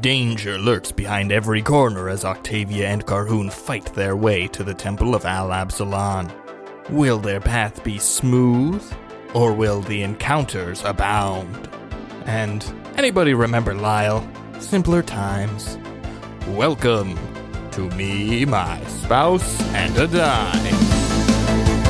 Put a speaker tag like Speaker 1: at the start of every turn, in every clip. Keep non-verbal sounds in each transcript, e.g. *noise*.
Speaker 1: Danger lurks behind every corner as Octavia and Carhoon fight their way to the temple of Al Absalon. Will their path be smooth, or will the encounters abound? And anybody remember Lyle? Simpler times. Welcome to me, my spouse, and a dime.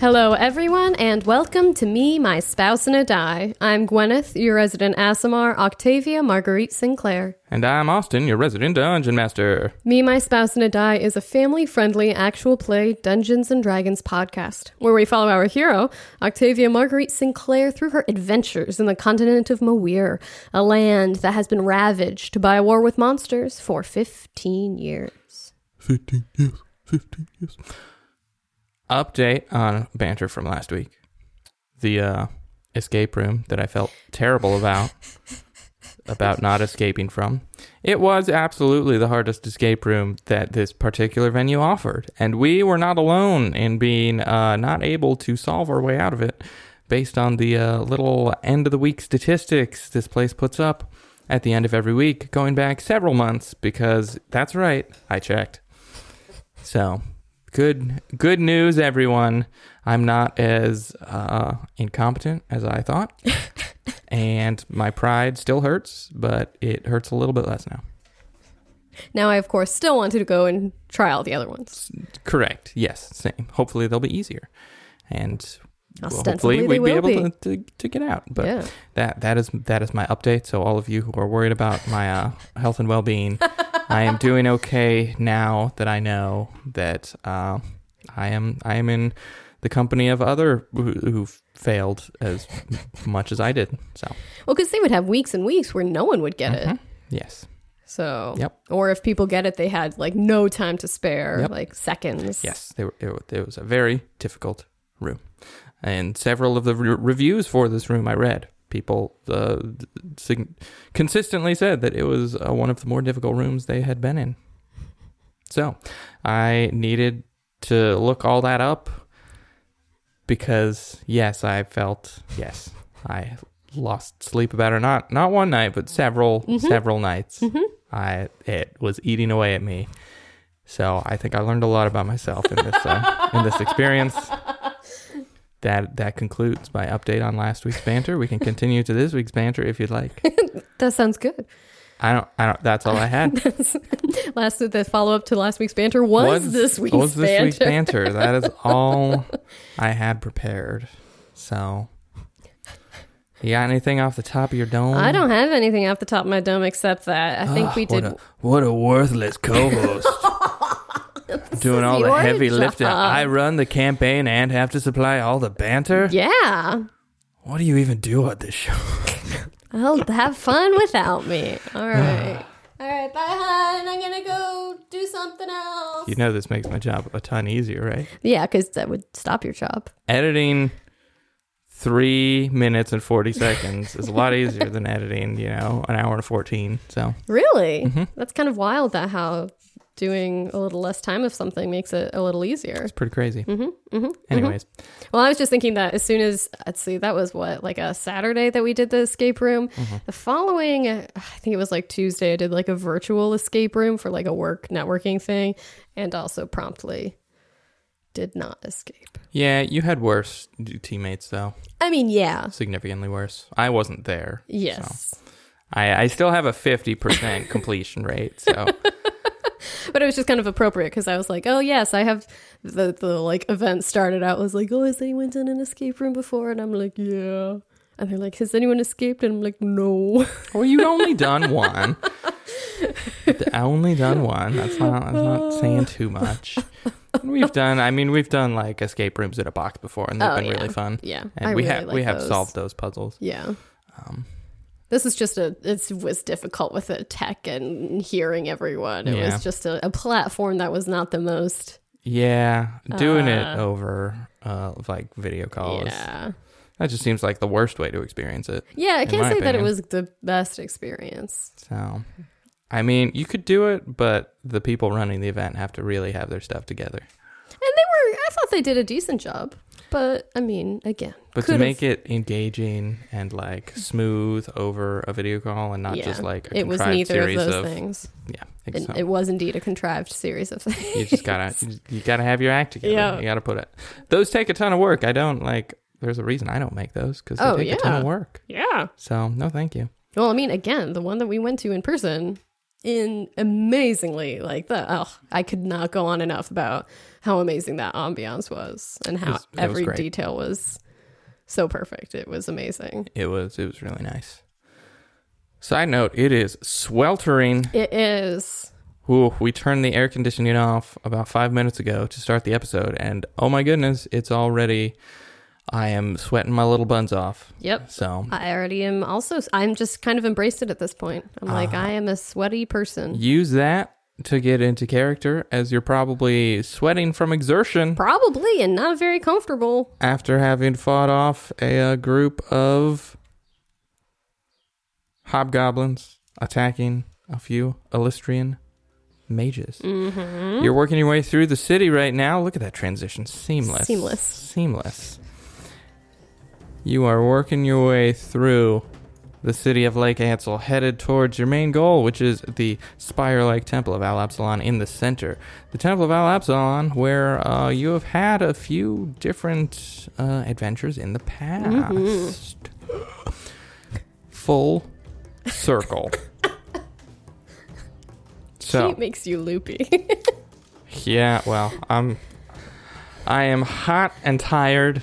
Speaker 2: Hello, everyone, and welcome to Me, My Spouse, and a Die. I'm Gwyneth, your resident Asimar, Octavia Marguerite Sinclair.
Speaker 1: And I'm Austin, your resident dungeon master.
Speaker 2: Me, My Spouse, and a Die is a family friendly actual play Dungeons and Dragons podcast where we follow our hero, Octavia Marguerite Sinclair, through her adventures in the continent of Mawir, a land that has been ravaged by a war with monsters for 15 years.
Speaker 1: 15 years, 15 years. Update on banter from last week. The uh, escape room that I felt terrible about, about not escaping from. It was absolutely the hardest escape room that this particular venue offered. And we were not alone in being uh, not able to solve our way out of it based on the uh, little end of the week statistics this place puts up at the end of every week, going back several months, because that's right, I checked. So good good news everyone i'm not as uh, incompetent as i thought
Speaker 2: *laughs*
Speaker 1: and my pride still hurts but it hurts a little bit less now
Speaker 2: Now, I, of course, still wanted to go and try all the other ones.
Speaker 1: correct yes same hopefully they'll be easier and well,
Speaker 2: Ostensibly,
Speaker 1: hopefully
Speaker 2: they
Speaker 1: we'd be
Speaker 2: will
Speaker 1: able
Speaker 2: be.
Speaker 1: To, to, to get out but
Speaker 2: yeah.
Speaker 1: that that is that is my update so all of you who are worried about my uh, health and well-being
Speaker 2: *laughs*
Speaker 1: i am doing okay now that i know that uh, i am i am in the company of other who, who failed as much as i did so
Speaker 2: Well, because they would have weeks and weeks where no one would get it.
Speaker 1: mhm. yes
Speaker 2: So,
Speaker 1: Yep.
Speaker 2: or if people get it, they had like no time to spare,
Speaker 1: Yep.
Speaker 2: like seconds.
Speaker 1: yes they were, it, wa- it was a very difficult room and several of the re- reviews for this room i read people uh, sig- consistently said that it was uh, one of the more difficult rooms they had been in so i needed to look all that up because yes i felt yes i lost sleep about it not not one night but several several nights i it was eating away at me so I think I learned a lot about myself in this uh, in this experience. That that concludes my update on last week's banter. We can continue to this week's banter if you'd like.
Speaker 2: That sounds good. *laughs*
Speaker 1: I don't I don't. That's all I had.
Speaker 2: Last the follow up to last week's banter *laughs* was, this week's
Speaker 1: was this
Speaker 2: banter.
Speaker 1: week's banter? That
Speaker 2: *laughs*
Speaker 1: is all I had prepared. So you got anything off the top of your dome?
Speaker 2: I don't have anything off the top of my dome except that I think
Speaker 1: Ah,
Speaker 2: we did.
Speaker 1: What a, what a worthless co-host. Doing all the
Speaker 2: your
Speaker 1: heavy
Speaker 2: job.
Speaker 1: lifting. I run the campaign and have to supply all the banter.
Speaker 2: yeah,
Speaker 1: *laughs* What do you even do on this show?
Speaker 2: I'll have fun without me.
Speaker 1: *sighs*
Speaker 2: All right. All right, bye, hon. I'm gonna go do something else.
Speaker 1: You know this makes my job a ton easier, right?
Speaker 2: Yeah, because that would stop your job.
Speaker 1: Editing three minutes and forty seconds is
Speaker 2: *laughs*
Speaker 1: a lot easier than editing, you know, an hour and fourteen. So
Speaker 2: Really? That's kind of wild that how doing a little less time of something makes it a little easier.
Speaker 1: it's pretty crazy. Mm-hmm, Anyways,
Speaker 2: Well, I was just thinking that as soon as, let's see, that was what, like a Saturday that we did the escape room. The following, uh, I think it was like Tuesday, I did like a virtual escape room for like a work networking thing and also promptly did not escape.
Speaker 1: yeah, you had worse d- teammates though,
Speaker 2: I mean, yeah.
Speaker 1: significantly worse. I wasn't there.
Speaker 2: Yes.
Speaker 1: I, I still have a
Speaker 2: *laughs*
Speaker 1: fifty percent completion rate. So
Speaker 2: But it was just kind of appropriate because I was like, oh, yes, I have the, the like event started out was like, oh, has anyone done an escape room before? And I'm like, yeah. And they're like, has anyone escaped? And I'm like, no. *laughs*
Speaker 1: well, you'd only done one. I only done one. That's not that's not saying too much. We've done. I mean, we've done like escape rooms at a box before, and they've
Speaker 2: Oh,
Speaker 1: been
Speaker 2: yeah.
Speaker 1: really fun.
Speaker 2: yeah.
Speaker 1: and
Speaker 2: I
Speaker 1: we
Speaker 2: really
Speaker 1: have
Speaker 2: like
Speaker 1: we have
Speaker 2: those.
Speaker 1: solved those puzzles.
Speaker 2: Yeah.
Speaker 1: Um,
Speaker 2: this is just a it was difficult with the tech and hearing everyone. It
Speaker 1: Yeah.
Speaker 2: was just a, a platform that was not the most
Speaker 1: Yeah, doing it over uh, like video calls.
Speaker 2: yeah
Speaker 1: That just seems like the worst way to experience it.
Speaker 2: yeah. I
Speaker 1: In
Speaker 2: can't
Speaker 1: my
Speaker 2: say that it
Speaker 1: opinion.
Speaker 2: was the best experience.
Speaker 1: So, I mean, you could do it, but the people running the event have to really have their stuff together.
Speaker 2: And they thought they did a decent job, but I mean, again,
Speaker 1: But to
Speaker 2: could've-
Speaker 1: make it engaging and like smooth over a video call and not
Speaker 2: Yeah.
Speaker 1: just like a
Speaker 2: it was
Speaker 1: contrived
Speaker 2: neither of
Speaker 1: series
Speaker 2: those things.
Speaker 1: yeah, I think
Speaker 2: It,
Speaker 1: so.
Speaker 2: it was indeed a contrived series of things. *laughs*
Speaker 1: you just gotta you- you gotta have your act together.
Speaker 2: Yeah.
Speaker 1: You gotta put it. Those take a ton of work. I don't like. There's a reason I don't make those because they
Speaker 2: Oh,
Speaker 1: take a ton
Speaker 2: yeah.
Speaker 1: of work.
Speaker 2: Yeah.
Speaker 1: So no, thank you.
Speaker 2: Well, I mean, again, the one that we went to in person, in amazingly like the oh, I could not go on enough about how amazing that ambiance was and how
Speaker 1: It was- it was
Speaker 2: every
Speaker 1: great.
Speaker 2: detail was so perfect. It was amazing.
Speaker 1: It was it was really nice. Side note: It is sweltering.
Speaker 2: It is.
Speaker 1: Ooh, we turned the air conditioning off about five minutes ago to start the episode, and oh my goodness, it's already. I am sweating my little buns off.
Speaker 2: Yep.
Speaker 1: So
Speaker 2: I already am also I'm just kind of embraced it at this point. I'm like
Speaker 1: Ah.
Speaker 2: I am a sweaty person.
Speaker 1: use that to get into character, as you're probably sweating from exertion.
Speaker 2: Probably and not very comfortable.
Speaker 1: after having fought off a, uh group of hobgoblins attacking a few Illustrian mages. Mm-hmm. You're working your way through the city right now. Look at that transition. Seamless.
Speaker 2: Seamless.
Speaker 1: Seamless. You are working your way through the city of Lake Ansel, headed towards your main goal, which is the spire like temple of Al Absalon in the center. The temple of Al Absalon, where uh, you have had a few different uh, adventures in the past. Full
Speaker 2: *laughs*
Speaker 1: circle. so,
Speaker 2: She makes you loopy. *laughs*
Speaker 1: yeah, well, I'm. I am hot and tired.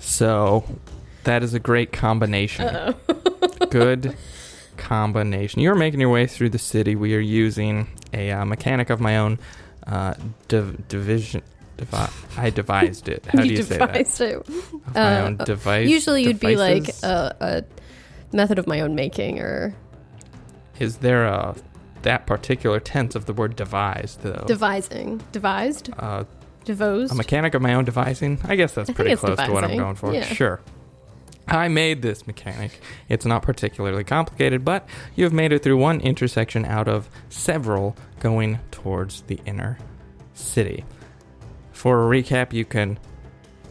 Speaker 1: so, that is a great combination.
Speaker 2: *laughs*
Speaker 1: Good combination. You're making your way through the city. We are using a uh, mechanic of my own. Uh, div- division. Devi- I devised it. How do you say that?
Speaker 2: devised it.
Speaker 1: Of my
Speaker 2: uh,
Speaker 1: own device.
Speaker 2: Usually you'd be like
Speaker 1: devices?
Speaker 2: a, a method of my own making or
Speaker 1: is there a that particular tense of the word devised though?
Speaker 2: devising, devised,
Speaker 1: uh,
Speaker 2: devised.
Speaker 1: Oh. A mechanic of my own devising? I guess
Speaker 2: I
Speaker 1: that's
Speaker 2: think
Speaker 1: pretty
Speaker 2: it's
Speaker 1: close to what I'm
Speaker 2: devising.
Speaker 1: going for.
Speaker 2: Yeah.
Speaker 1: Sure. I made this mechanic. It's not particularly complicated, but you have made it through one intersection out of several going towards the inner city. For a recap, you can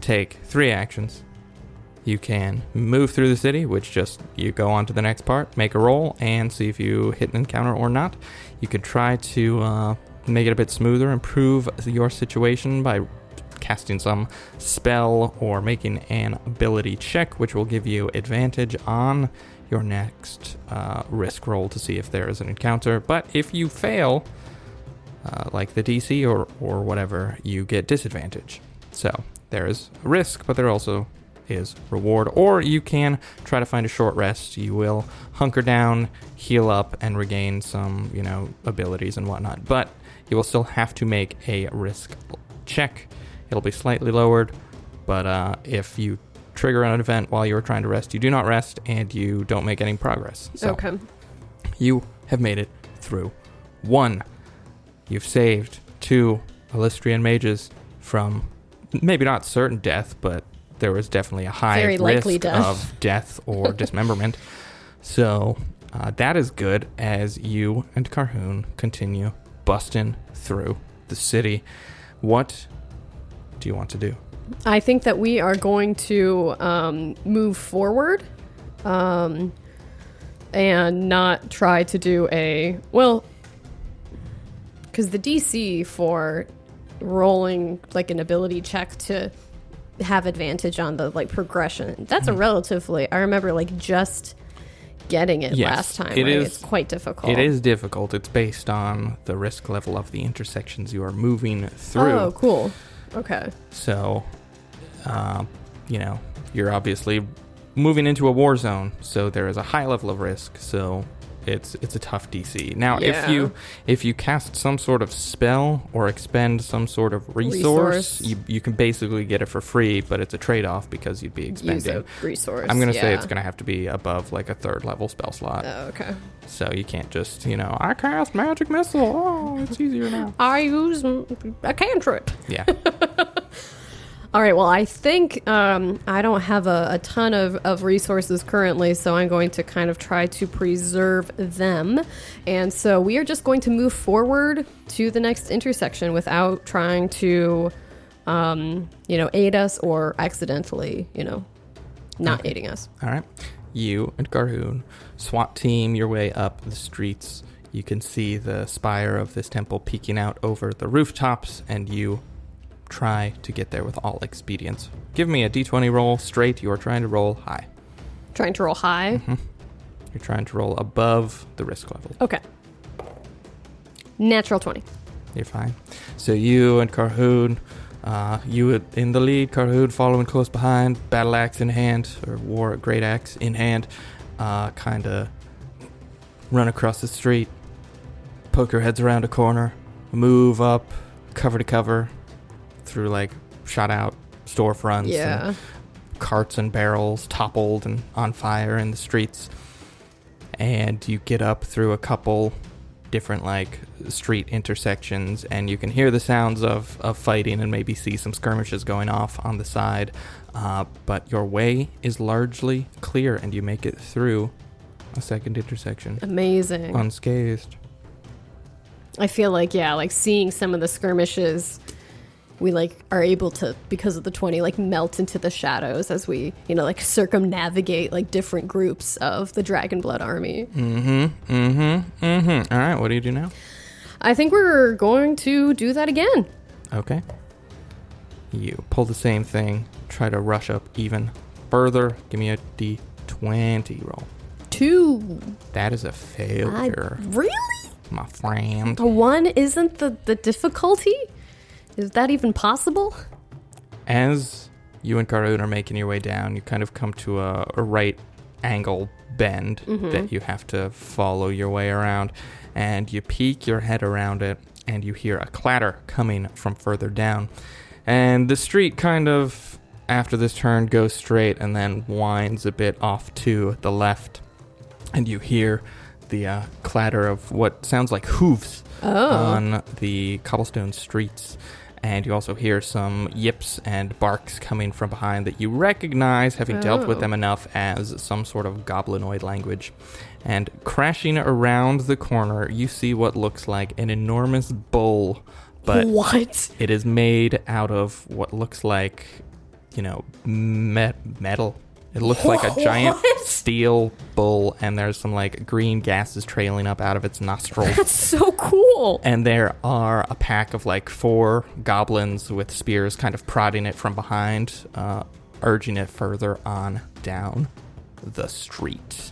Speaker 1: take three actions. You can move through the city, which just you go on to the next part, make a roll, and see if you hit an encounter or not. You could try to uh, make it a bit smoother, improve your situation by casting some spell or making an ability check, which will give you advantage on your next uh, risk roll to see if there is an encounter. But if you fail, uh, like the DC or, or whatever, you get disadvantage. So there is risk, but there also is reward. Or you can try to find a short rest. You will hunker down, heal up, and regain some, you know, abilities and whatnot. But you will still have to make a risk check. It'll be slightly lowered, but uh, if you trigger an event while you're trying to rest, you do not rest and you don't make any progress. So
Speaker 2: okay.
Speaker 1: you have made it through one. You've saved two Illustrian mages from maybe not certain death, but there was definitely a high
Speaker 2: Very
Speaker 1: risk
Speaker 2: likely death.
Speaker 1: of death
Speaker 2: *laughs*
Speaker 1: or dismemberment. So uh, that is good as you and Carhoon continue busting through the city. What do you want to do?
Speaker 2: I think that we are going to um, move forward um, and not try to do a. Well, because the DC for rolling like an ability check to have advantage on the like progression, that's
Speaker 1: Mm-hmm.
Speaker 2: a relatively. I remember like just getting it
Speaker 1: Yes,
Speaker 2: last time.
Speaker 1: it
Speaker 2: right?
Speaker 1: is-
Speaker 2: It's quite difficult.
Speaker 1: It is difficult. It's based on the risk level of the intersections you are moving through.
Speaker 2: Oh, cool. Okay.
Speaker 1: So, uh, you know, you're obviously moving into a war zone, so there is a high level of risk. So it's it's a tough DC. Now, if
Speaker 2: Yeah.
Speaker 1: you if you cast some sort of spell or expend some sort of resource,
Speaker 2: Resource.
Speaker 1: you, you can basically get it for free, but it's a trade off because you'd be
Speaker 2: Use
Speaker 1: expending.
Speaker 2: a resource.
Speaker 1: I'm gonna say
Speaker 2: yeah.
Speaker 1: it's gonna have to be above like a third level spell slot,
Speaker 2: Oh, okay.
Speaker 1: so you can't just you know I cast magic missile. Oh, it's easier now.
Speaker 2: I use m- a cantrip. *laughs*
Speaker 1: Yeah,
Speaker 2: All right. Well, I think um, I don't have a, a ton of, of resources currently, so I'm going to kind of try to preserve them. And so we are just going to move forward to the next intersection without trying to um, you know, aid us or accidentally, you know, not aiding us.
Speaker 1: All right. You and Garhoon SWAT team your way up the streets. You can see the spire of this temple peeking out over the rooftops, and you try to get there with all expedience. Give me a d20 roll straight. You are trying to roll high.
Speaker 2: Trying to roll high.
Speaker 1: You're trying to roll above the risk level.
Speaker 2: Okay. Natural 20.
Speaker 1: You're fine. So you and Carhoon, uh, you in the lead, Carhoon following close behind, battle axe in hand, or war great axe in hand, uh, kind of run across the street, poke your heads around a corner, move up, cover to cover, through like shot out storefronts, and
Speaker 2: Yeah.
Speaker 1: carts and barrels toppled and on fire in the streets. And you get up through a couple different like street intersections and you can hear the sounds of, of fighting and maybe see some skirmishes going off on the side. Uh, but your way is largely clear and you make it through a second intersection
Speaker 2: Amazing.
Speaker 1: unscathed.
Speaker 2: I feel like yeah, like seeing some of the skirmishes, we like are able to because of the twenty like melt into the shadows as we you know like circumnavigate like different groups of the Dragon Blood Army.
Speaker 1: Mm-hmm. Mm-hmm. Mm-hmm. All right, what do you do now?
Speaker 2: I think we're going to do that again.
Speaker 1: Okay. You pull the same thing, try to rush up even further. Give me a d20 roll.
Speaker 2: Two.
Speaker 1: That is a
Speaker 2: I-
Speaker 1: failure,
Speaker 2: really?
Speaker 1: my friend.
Speaker 2: A one isn't the the difficulty. Is that even possible?
Speaker 1: As you and Karun are making your way down, you kind of come to a, a right angle bend that you have to follow your way around, and you peek your head around it, and you hear a clatter coming from further down. And the street kind of, after this turn, goes straight and then winds a bit off to the left, and you hear the uh, clatter of what sounds like hooves on the cobblestone streets. And you also hear some yips and barks coming from behind that you recognize, having dealt with
Speaker 2: Oh.
Speaker 1: them enough, as some sort of goblinoid language. And crashing around the corner, you see what looks like an enormous bull, but
Speaker 2: *laughs* what?
Speaker 1: it is made out of what looks like, you know, me- metal. It looks like a giant
Speaker 2: *laughs* What?
Speaker 1: steel bull, and there's some like green gases trailing up out of its nostrils.
Speaker 2: That's so cool.
Speaker 1: and there are a pack of like four goblins with spears kind of prodding it from behind, uh, urging it further on down the street.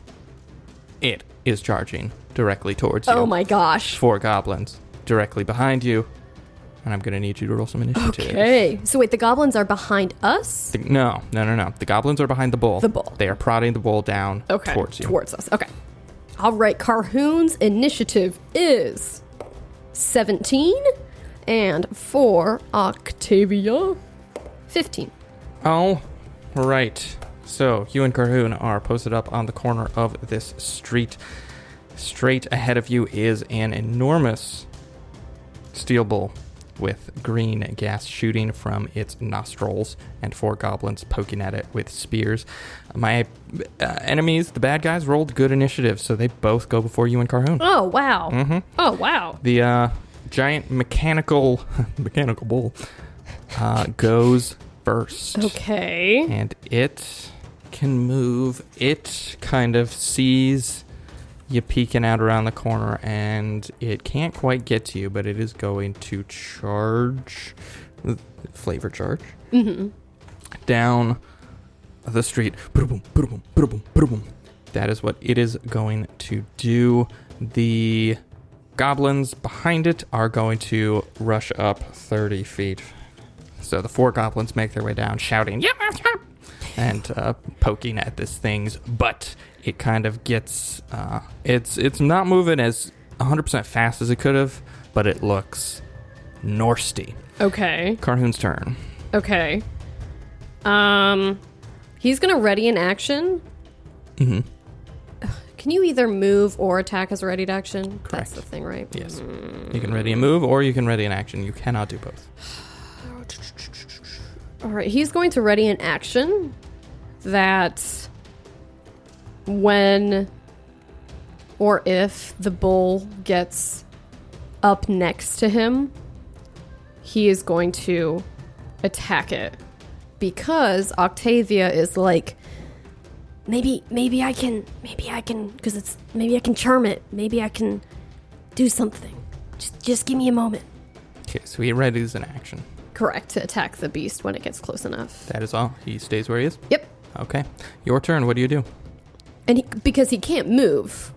Speaker 1: It is charging directly towards you.
Speaker 2: Oh my gosh.
Speaker 1: Four goblins directly behind you. And I'm going to need you to roll some initiative.
Speaker 2: Okay. So wait, the goblins are behind us.
Speaker 1: The- no, no, no, no. The goblins are behind the bull.
Speaker 2: The bull.
Speaker 1: They are prodding the bull down
Speaker 2: Okay.
Speaker 1: towards you.
Speaker 2: us. Okay. All right. Carhoon's initiative is 17 and for Octavia 15.
Speaker 1: All Oh, right. So you and Carhoon are posted up on the corner of this street. Straight ahead of you is an enormous steel bull with green gas shooting from its nostrils and four goblins poking at it with spears. My uh, enemies, the bad guys, rolled good initiative, so they both go before you and Carhoon.
Speaker 2: Oh, wow.
Speaker 1: Mm-hmm.
Speaker 2: Oh, wow.
Speaker 1: The uh, giant mechanical *laughs* mechanical bull uh, goes first,
Speaker 2: Okay.
Speaker 1: and it can move. It kind of sees you peeking out around the corner, and it can't quite get to you, but it is going to charge, flavor charge, down the street. Boom, boom, boom, boom. That is what it is going to do. The goblins behind it are going to rush up 30 feet. So the four goblins make their way down, shouting, "Yap, yap, yap," and uh, poking at this thing's butt. It kind of gets. Uh, it's it's not moving as 100% fast as it could have, but it looks norsty.
Speaker 2: Okay.
Speaker 1: Carhoon's turn.
Speaker 2: Okay. Um, he's going to ready an action. Mm-hmm.
Speaker 1: Mm-hmm.
Speaker 2: Can you either move or attack as a readied action? That's
Speaker 1: Correct.
Speaker 2: the thing, right?
Speaker 1: Yes. You can ready a move or you can ready an action. You cannot do both.
Speaker 2: All right, he's going to ready an action that when or if the bull gets up next to him, he is going to attack it because Octavia is like,
Speaker 3: Maybe, maybe I can, maybe I can, because it's, maybe I can charm it. Maybe I can do something. Just, just give me a moment.
Speaker 1: Okay, so he readies an action.
Speaker 2: correct to attack the beast when it gets close enough.
Speaker 1: That is all. He stays where he is.
Speaker 2: Yep.
Speaker 1: Okay. Your turn. What do you do?
Speaker 2: And he, because he can't move.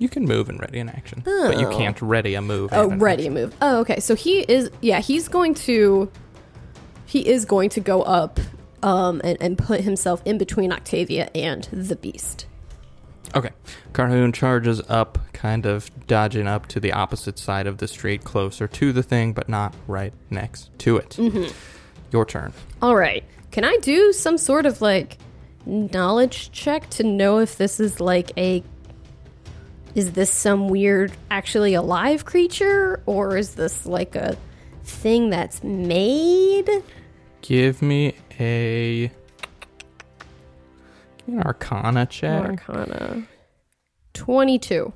Speaker 1: You can move and ready an action, but you
Speaker 2: Oh.
Speaker 1: can't ready a move.
Speaker 2: Oh,
Speaker 1: and an
Speaker 2: ready
Speaker 1: action.
Speaker 2: move. Oh, okay. So he is yeah, he's going to he is going to go up um and, and put himself in between Octavia and the beast.
Speaker 1: Okay. Carhoon charges up, kind of dodging up to the opposite side of the street, closer to the thing, but not right next to it. Your turn.
Speaker 2: All right. Can I do some sort of like knowledge check to know if this is like a is this some weird actually alive creature or is this like a thing that's made?
Speaker 1: Give me a. Give me an Arcana check.
Speaker 2: Arcana. 22.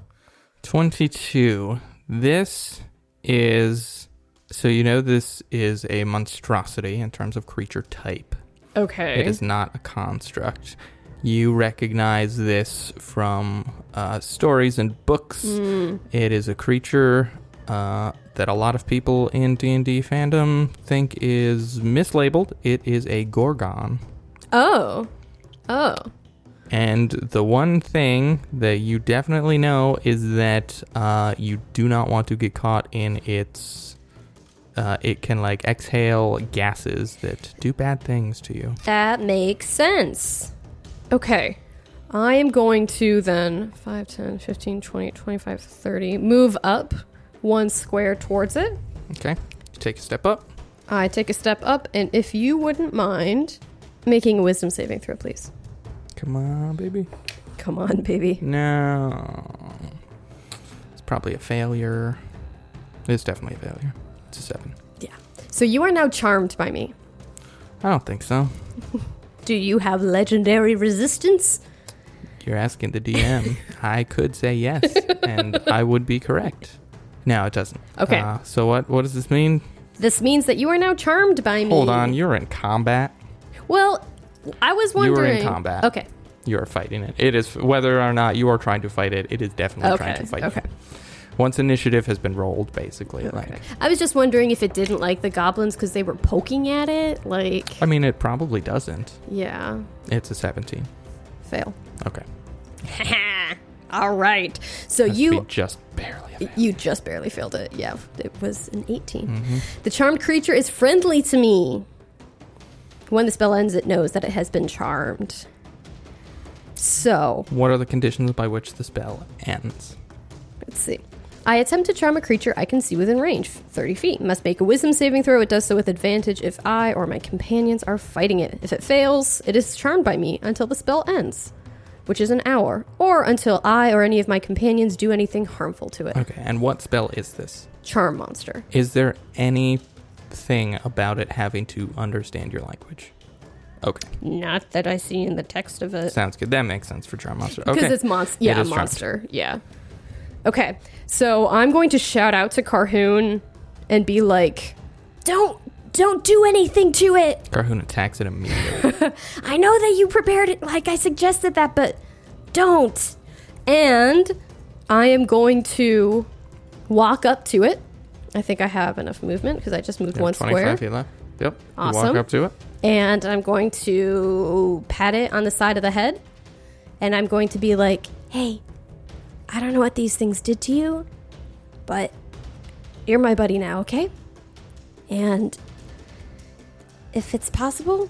Speaker 1: 22. This is. So, you know, this is a monstrosity in terms of creature type.
Speaker 2: Okay.
Speaker 1: It is not a construct. You recognize this from uh, stories and books. It is a creature uh, that a lot of people in D and D fandom think is mislabeled. It is a gorgon,
Speaker 2: Oh. Oh.
Speaker 1: and the one thing that you definitely know is that uh, you do not want to get caught in its. Uh, it can like exhale gases that do bad things to you.
Speaker 2: That makes sense. Okay. I am going to then 5, 10, 15, 20, 25, 30, move up one square towards it.
Speaker 1: Okay, take a step up.
Speaker 2: I take a step up, and if you wouldn't mind making a wisdom saving throw, please.
Speaker 1: Come on, baby.
Speaker 2: Come on, *laughs* baby.
Speaker 1: No. It's probably a failure. It's definitely a failure. It's a seven.
Speaker 2: So you are now charmed by me.
Speaker 1: I don't think so.
Speaker 3: Do you have legendary resistance?
Speaker 1: You're asking
Speaker 2: *laughs*
Speaker 1: the DM. I could say yes, and I would be correct. No, it doesn't.
Speaker 2: Okay.
Speaker 1: Uh, so what? What does this mean?
Speaker 2: This means that you are now charmed by me.
Speaker 1: Hold on. You're in combat.
Speaker 2: Well, I was
Speaker 1: were in
Speaker 2: wondering.
Speaker 1: combat.
Speaker 2: Okay.
Speaker 1: You are fighting it. It is whether or not you are trying to fight it. It is definitely trying
Speaker 2: Okay,
Speaker 1: to fight
Speaker 2: okay.
Speaker 1: you. Once initiative has been rolled, basically, like
Speaker 2: I was just wondering if it didn't like the goblins because they were poking at it. Like,
Speaker 1: I mean, it probably doesn't.
Speaker 2: yeah,
Speaker 1: It's a seventeen.
Speaker 2: fail.
Speaker 1: Okay.
Speaker 2: *laughs* All right. So
Speaker 1: Has to
Speaker 2: you
Speaker 1: be just barely. a fail.
Speaker 2: you just barely failed it. Yeah, it was an 18. The charmed creature is friendly to me. When the spell ends, it knows that it has been charmed. So,
Speaker 1: What are the conditions by which the spell ends?
Speaker 2: Let's see. I attempt to charm a creature I can see within range, 30 feet. Must make a wisdom saving throw. It does so with advantage if I or my companions are fighting it. If it fails, it is charmed by me until the spell ends, which is an hour, or until I or any of my companions do anything harmful to it.
Speaker 1: Okay, and what spell is this?
Speaker 2: Charm monster.
Speaker 1: Is there anything about it having to understand your language? Okay,
Speaker 2: Not that I see in the text of *laughs* it.
Speaker 1: sounds good. That makes sense for Charm Monster.
Speaker 2: Because
Speaker 1: Okay.
Speaker 2: it's monster.
Speaker 1: It
Speaker 2: Yeah,
Speaker 1: is charmed.
Speaker 2: monster. Yeah. Okay. So I'm going to shout out to Carhoon and be like,
Speaker 3: Don't, don't do anything to it.
Speaker 1: Carhoon attacks it immediately.
Speaker 2: *laughs*
Speaker 3: I know that you prepared it like I suggested that, but don't.
Speaker 2: And I am going to walk up to it. I think I have enough movement because I just moved one square.
Speaker 1: feet left. Yep. You
Speaker 2: Awesome.
Speaker 1: Walk up to it.
Speaker 2: And I'm going to pat it on the side of the head. And I'm going to be like,
Speaker 3: Hey, I don't know what these things did to you, but you're my buddy now, okay? And if it's possible,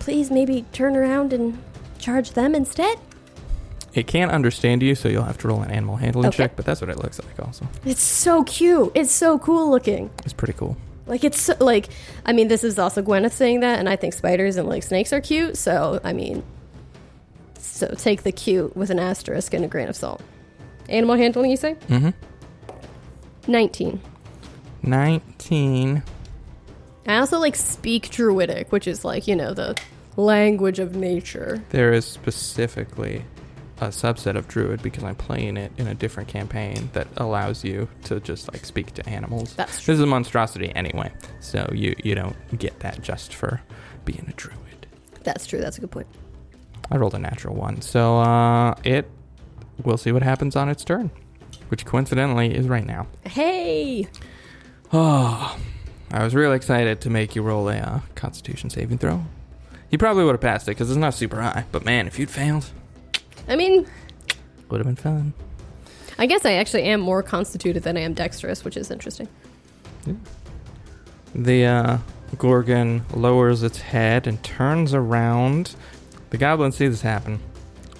Speaker 3: please maybe turn around and charge them instead.
Speaker 1: It can't understand you, so you'll have to roll an animal handling
Speaker 2: Okay.
Speaker 1: check. But that's what it looks like. Also,
Speaker 2: it's so cute. It's so cool looking.
Speaker 1: it's pretty cool.
Speaker 2: Like, it's so, like, I mean, this is also Gwyneth saying that. And I think spiders and like snakes are cute. So, I mean, so take the cute with an asterisk and a grain of salt. Animal handling, you say? Mm hmm. 19.
Speaker 1: Nineteen.
Speaker 2: I also like speak druidic, which is like, you know, the language of nature.
Speaker 1: There is specifically a subset of Druid because I'm playing it in a different campaign that allows you to just like speak to animals.
Speaker 2: That's true.
Speaker 1: This is a monstrosity anyway, so you you don't get that just for being a druid.
Speaker 2: That's true. That's a good point.
Speaker 1: I rolled a natural one, so uh, it we'll see what happens on its turn, which coincidentally is right now. *sighs*
Speaker 2: Hey,
Speaker 1: Oh, I was really excited to make you roll a uh, Constitution saving throw. You probably would have passed it because it's not super high, but man, if you'd failed,
Speaker 2: I mean,
Speaker 1: would have been fun.
Speaker 2: I guess I actually am more constituted than I am dexterous, which is interesting.
Speaker 1: The uh, Gorgon lowers its head and turns around. The goblins see this happen,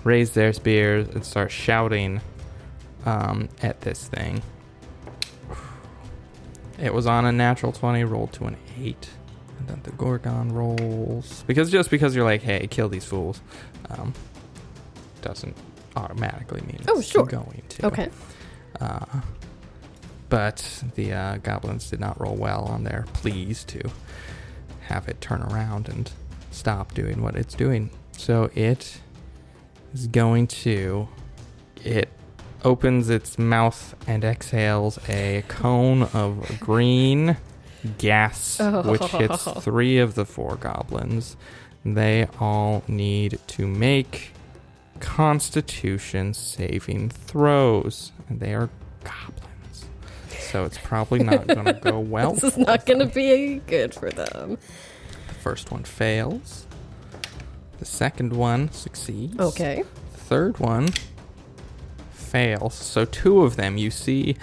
Speaker 1: raise their spears, and start shouting um, at this thing. It was on a natural 20, rolled to an 8. And then the Gorgon rolls. Because just because you're like, hey, kill these fools, um, doesn't automatically mean
Speaker 2: Oh,
Speaker 1: it's
Speaker 2: sure.
Speaker 1: going to.
Speaker 2: Okay,
Speaker 1: Uh, but the uh, goblins did not roll well on their pleas to have it turn around and stop doing what it's doing. So it is going to. It opens its mouth and exhales a cone of green gas, which hits
Speaker 2: Oh.
Speaker 1: three of the four goblins. They all need to make constitution saving throws. And they are goblins. So it's probably not going to go
Speaker 2: *laughs*
Speaker 1: well.
Speaker 2: this is not going to be good for them.
Speaker 1: The first one fails. The second one succeeds.
Speaker 2: Okay,
Speaker 1: The third one fails. So two of them, you see,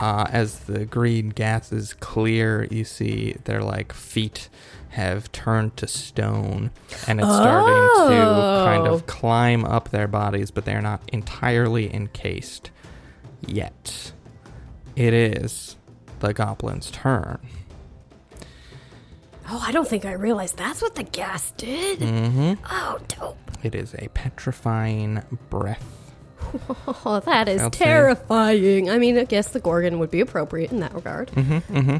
Speaker 1: uh, as the green gases clear, you see their like feet have turned to stone, and it's starting to kind
Speaker 2: Oh.
Speaker 1: of climb up their bodies, but they're not entirely encased yet. It is the goblin's turn.
Speaker 3: Oh, I don't think I realized that's what the gas did.
Speaker 1: Mm-hmm.
Speaker 3: Oh, dope.
Speaker 1: It is a petrifying breath.
Speaker 2: *laughs* oh, that is
Speaker 1: I'll say-
Speaker 2: terrifying. I mean, I guess the gorgon would be appropriate in that regard.
Speaker 1: hmm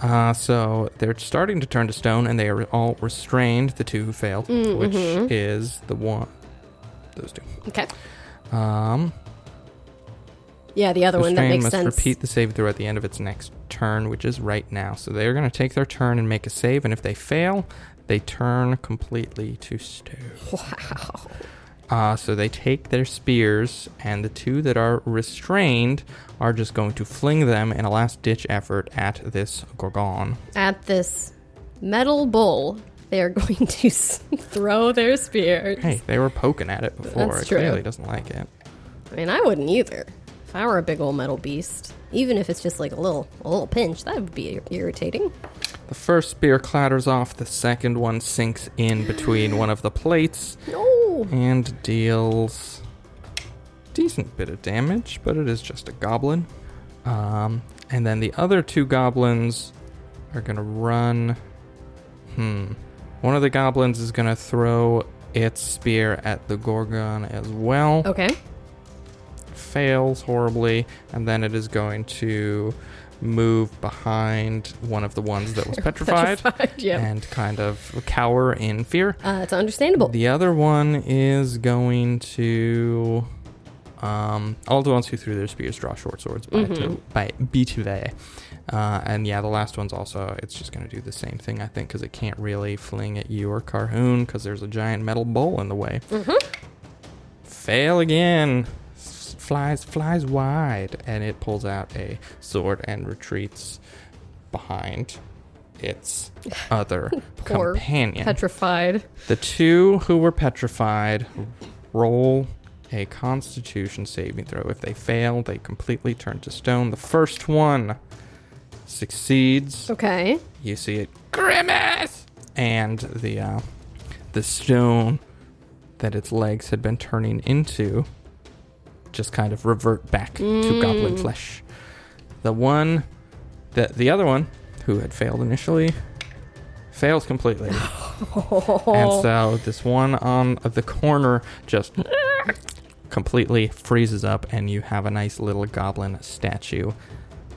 Speaker 1: Uh, so they're starting to turn to stone, and they are all restrained. The two who failed,
Speaker 2: Mm,
Speaker 1: which
Speaker 2: mm-hmm.
Speaker 1: is the one, those two.
Speaker 2: Okay,
Speaker 1: Um,
Speaker 2: yeah, the other one that
Speaker 1: restrained
Speaker 2: makes
Speaker 1: must
Speaker 2: sense.
Speaker 1: repeat the save throw at the end of its next turn, which is right now. So they're going to take their turn and make a save, and if they fail, they turn completely to stone.
Speaker 2: *laughs* Wow.
Speaker 1: Uh, so they take their spears, and the two that are restrained are just going to fling them in a last ditch effort at this Gorgon.
Speaker 2: At this metal bull, they are *laughs* going to s- throw their spears.
Speaker 1: Hey, they were poking at it before.
Speaker 2: That's
Speaker 1: it
Speaker 2: true.
Speaker 1: clearly doesn't like it.
Speaker 2: I mean, I wouldn't either. If I were a big old metal beast, even if it's just like a little, a little pinch, that would be ir- irritating.
Speaker 1: The first spear clatters off, the second one sinks in between one of the plates
Speaker 2: No.
Speaker 1: and deals decent bit of damage, but it is just a goblin. Um, and then the other two goblins are gonna run. Hmm. One of the goblins is gonna throw its spear at the Gorgon as well.
Speaker 2: Okay. *laughs*
Speaker 1: fails horribly, and then it is going to move behind one of the ones that was petrified,
Speaker 2: yeah.
Speaker 1: and kind of cower in fear.
Speaker 2: Uh, it's understandable.
Speaker 1: The other one is going to. Um, all the ones who threw their spears draw short swords by,
Speaker 2: Mhm.
Speaker 1: by BTV. Uh, and yeah, the last one's also, it's just going to do the same thing, I think, because it can't really fling at you or Carhoon because there's a giant metal bowl in the way. Fail again. S- flies, flies wide, and it pulls out a sword and retreats behind its other
Speaker 2: Poor
Speaker 1: companion.
Speaker 2: Petrified.
Speaker 1: The two who were petrified roll a constitution saving throw. If they fail, they completely turn to stone. The first one succeeds.
Speaker 2: Okay.
Speaker 1: You see it grimace and the uh, the stone that its legs had been turning into just kind of revert back to goblin flesh. The one that the other one who had failed initially fails completely. And so this one on the corner just completely freezes up, and you have a nice little goblin statue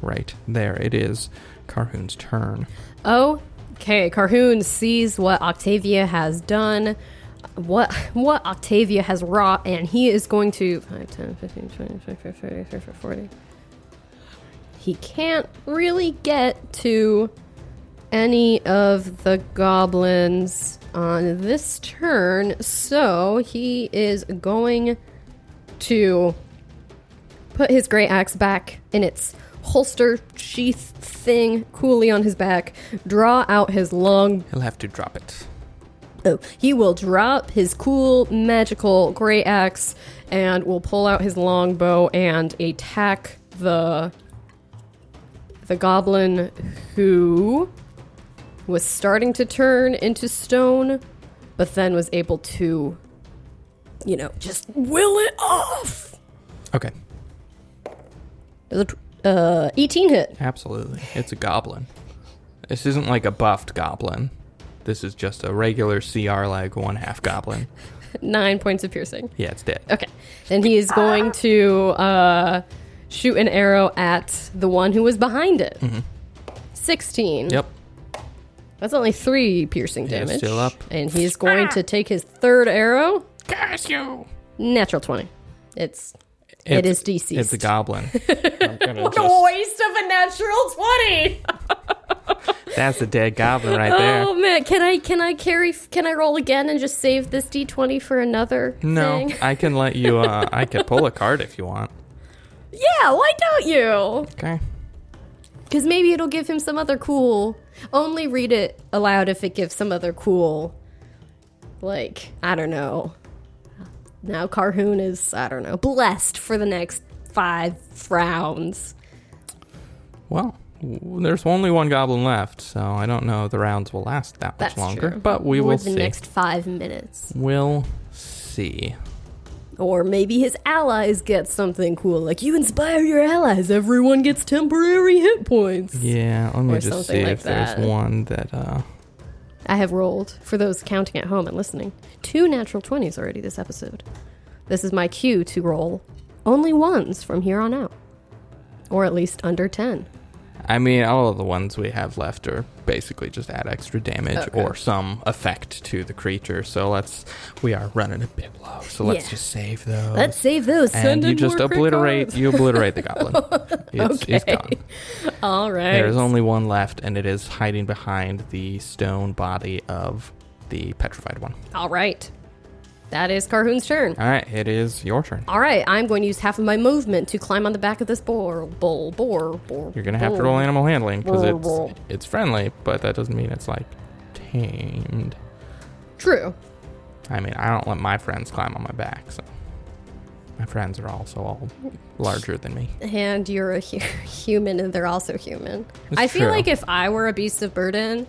Speaker 1: right there. It is Carhoon's turn.
Speaker 2: Okay, Carhoon sees what Octavia has done. what what Octavia has wrought, and he is going to 5, 10, 15, 20, 25, 30, 30, 40. He can't really get to any of the goblins on this turn, so he is going to put his great axe back in its holster sheath thing coolly on his back, draw out his long
Speaker 1: He'll have to drop it.
Speaker 2: Oh, he will drop his cool magical gray axe and will pull out his longbow and attack the the goblin who was starting to turn into stone, but then was able to, you know, just will it off.
Speaker 1: Okay.
Speaker 2: Does a tw- Uh, 18 hit.
Speaker 1: Absolutely. It's a goblin. This isn't like a buffed goblin. This is just a regular CR like one half goblin.
Speaker 2: Nine points of piercing.
Speaker 1: Yeah, it's dead.
Speaker 2: Okay. And he is going to uh, shoot an arrow at the one who was behind it. 16.
Speaker 1: Mm-hmm. Yep.
Speaker 2: That's only three piercing damage.
Speaker 1: still up.
Speaker 2: And he is going to take his third arrow.
Speaker 1: Curse you!
Speaker 2: Natural 20. It's.
Speaker 1: It's,
Speaker 2: It is deceased.
Speaker 1: It's
Speaker 2: *laughs*
Speaker 1: a goblin. *laughs*
Speaker 2: waste of a natural 20!
Speaker 1: That's a dead goblin right there.
Speaker 2: Oh man, can I can I carry can I roll again and just save this d20 for another
Speaker 1: no,
Speaker 2: thing?
Speaker 1: I can
Speaker 2: *laughs*
Speaker 1: let you. Uh, I can pull a card if you want.
Speaker 2: Yeah, why don't you?
Speaker 1: Okay.
Speaker 2: Because maybe it'll give him some other cool. Only read it aloud if it gives some other cool. Like, I don't know. Now Carhoon is, I don't know, blessed for the next five rounds.
Speaker 1: Well, w- there's only one goblin left, so I don't know the rounds will last that much
Speaker 2: That's
Speaker 1: longer.
Speaker 2: true.
Speaker 1: But we
Speaker 2: or
Speaker 1: will
Speaker 2: the
Speaker 1: see.
Speaker 2: next five minutes.
Speaker 1: We'll see.
Speaker 2: Or maybe his allies get something cool. Like, you inspire your allies, everyone gets temporary hit points.
Speaker 1: Yeah, let me
Speaker 2: Or
Speaker 1: just
Speaker 2: something
Speaker 1: see
Speaker 2: like
Speaker 1: if there's
Speaker 2: that.
Speaker 1: one that. uh
Speaker 2: I have rolled, for those counting at home and listening, two natural 20s already this episode. This is my cue to roll only ones from here on out, or at least under 10.
Speaker 1: I mean, all of the ones we have left are basically just add extra damage
Speaker 2: Okay.
Speaker 1: or some effect to the creature. So let's. We are running a bit low, so let's
Speaker 2: Yeah.
Speaker 1: just save those.
Speaker 2: Let's save those.
Speaker 1: and
Speaker 2: Send
Speaker 1: you
Speaker 2: in
Speaker 1: just
Speaker 2: more crit
Speaker 1: obliterate.
Speaker 2: cards.
Speaker 1: *laughs* You obliterate
Speaker 2: *laughs*
Speaker 1: the goblin. It's, it's
Speaker 2: Okay.
Speaker 1: gone.
Speaker 2: All right.
Speaker 1: There is only one left, and it is hiding behind the stone body of the petrified one.
Speaker 2: All right. That is Carhoon's turn.
Speaker 1: All right, it is your turn.
Speaker 2: All right, I'm going to use half of my movement to climb on the back of this boar, bull, boar, boar.
Speaker 1: You're gonna have to roll
Speaker 2: bull.
Speaker 1: animal handling
Speaker 2: Roll.
Speaker 1: because it's it's friendly, but that doesn't mean it's like tamed.
Speaker 2: True.
Speaker 1: I mean, I don't let my friends climb on my back, so my friends are also all larger than me.
Speaker 2: And you're a hu- *laughs* human, and they're also human.
Speaker 1: It's
Speaker 2: I feel
Speaker 1: true.
Speaker 2: like if I were a beast of burden,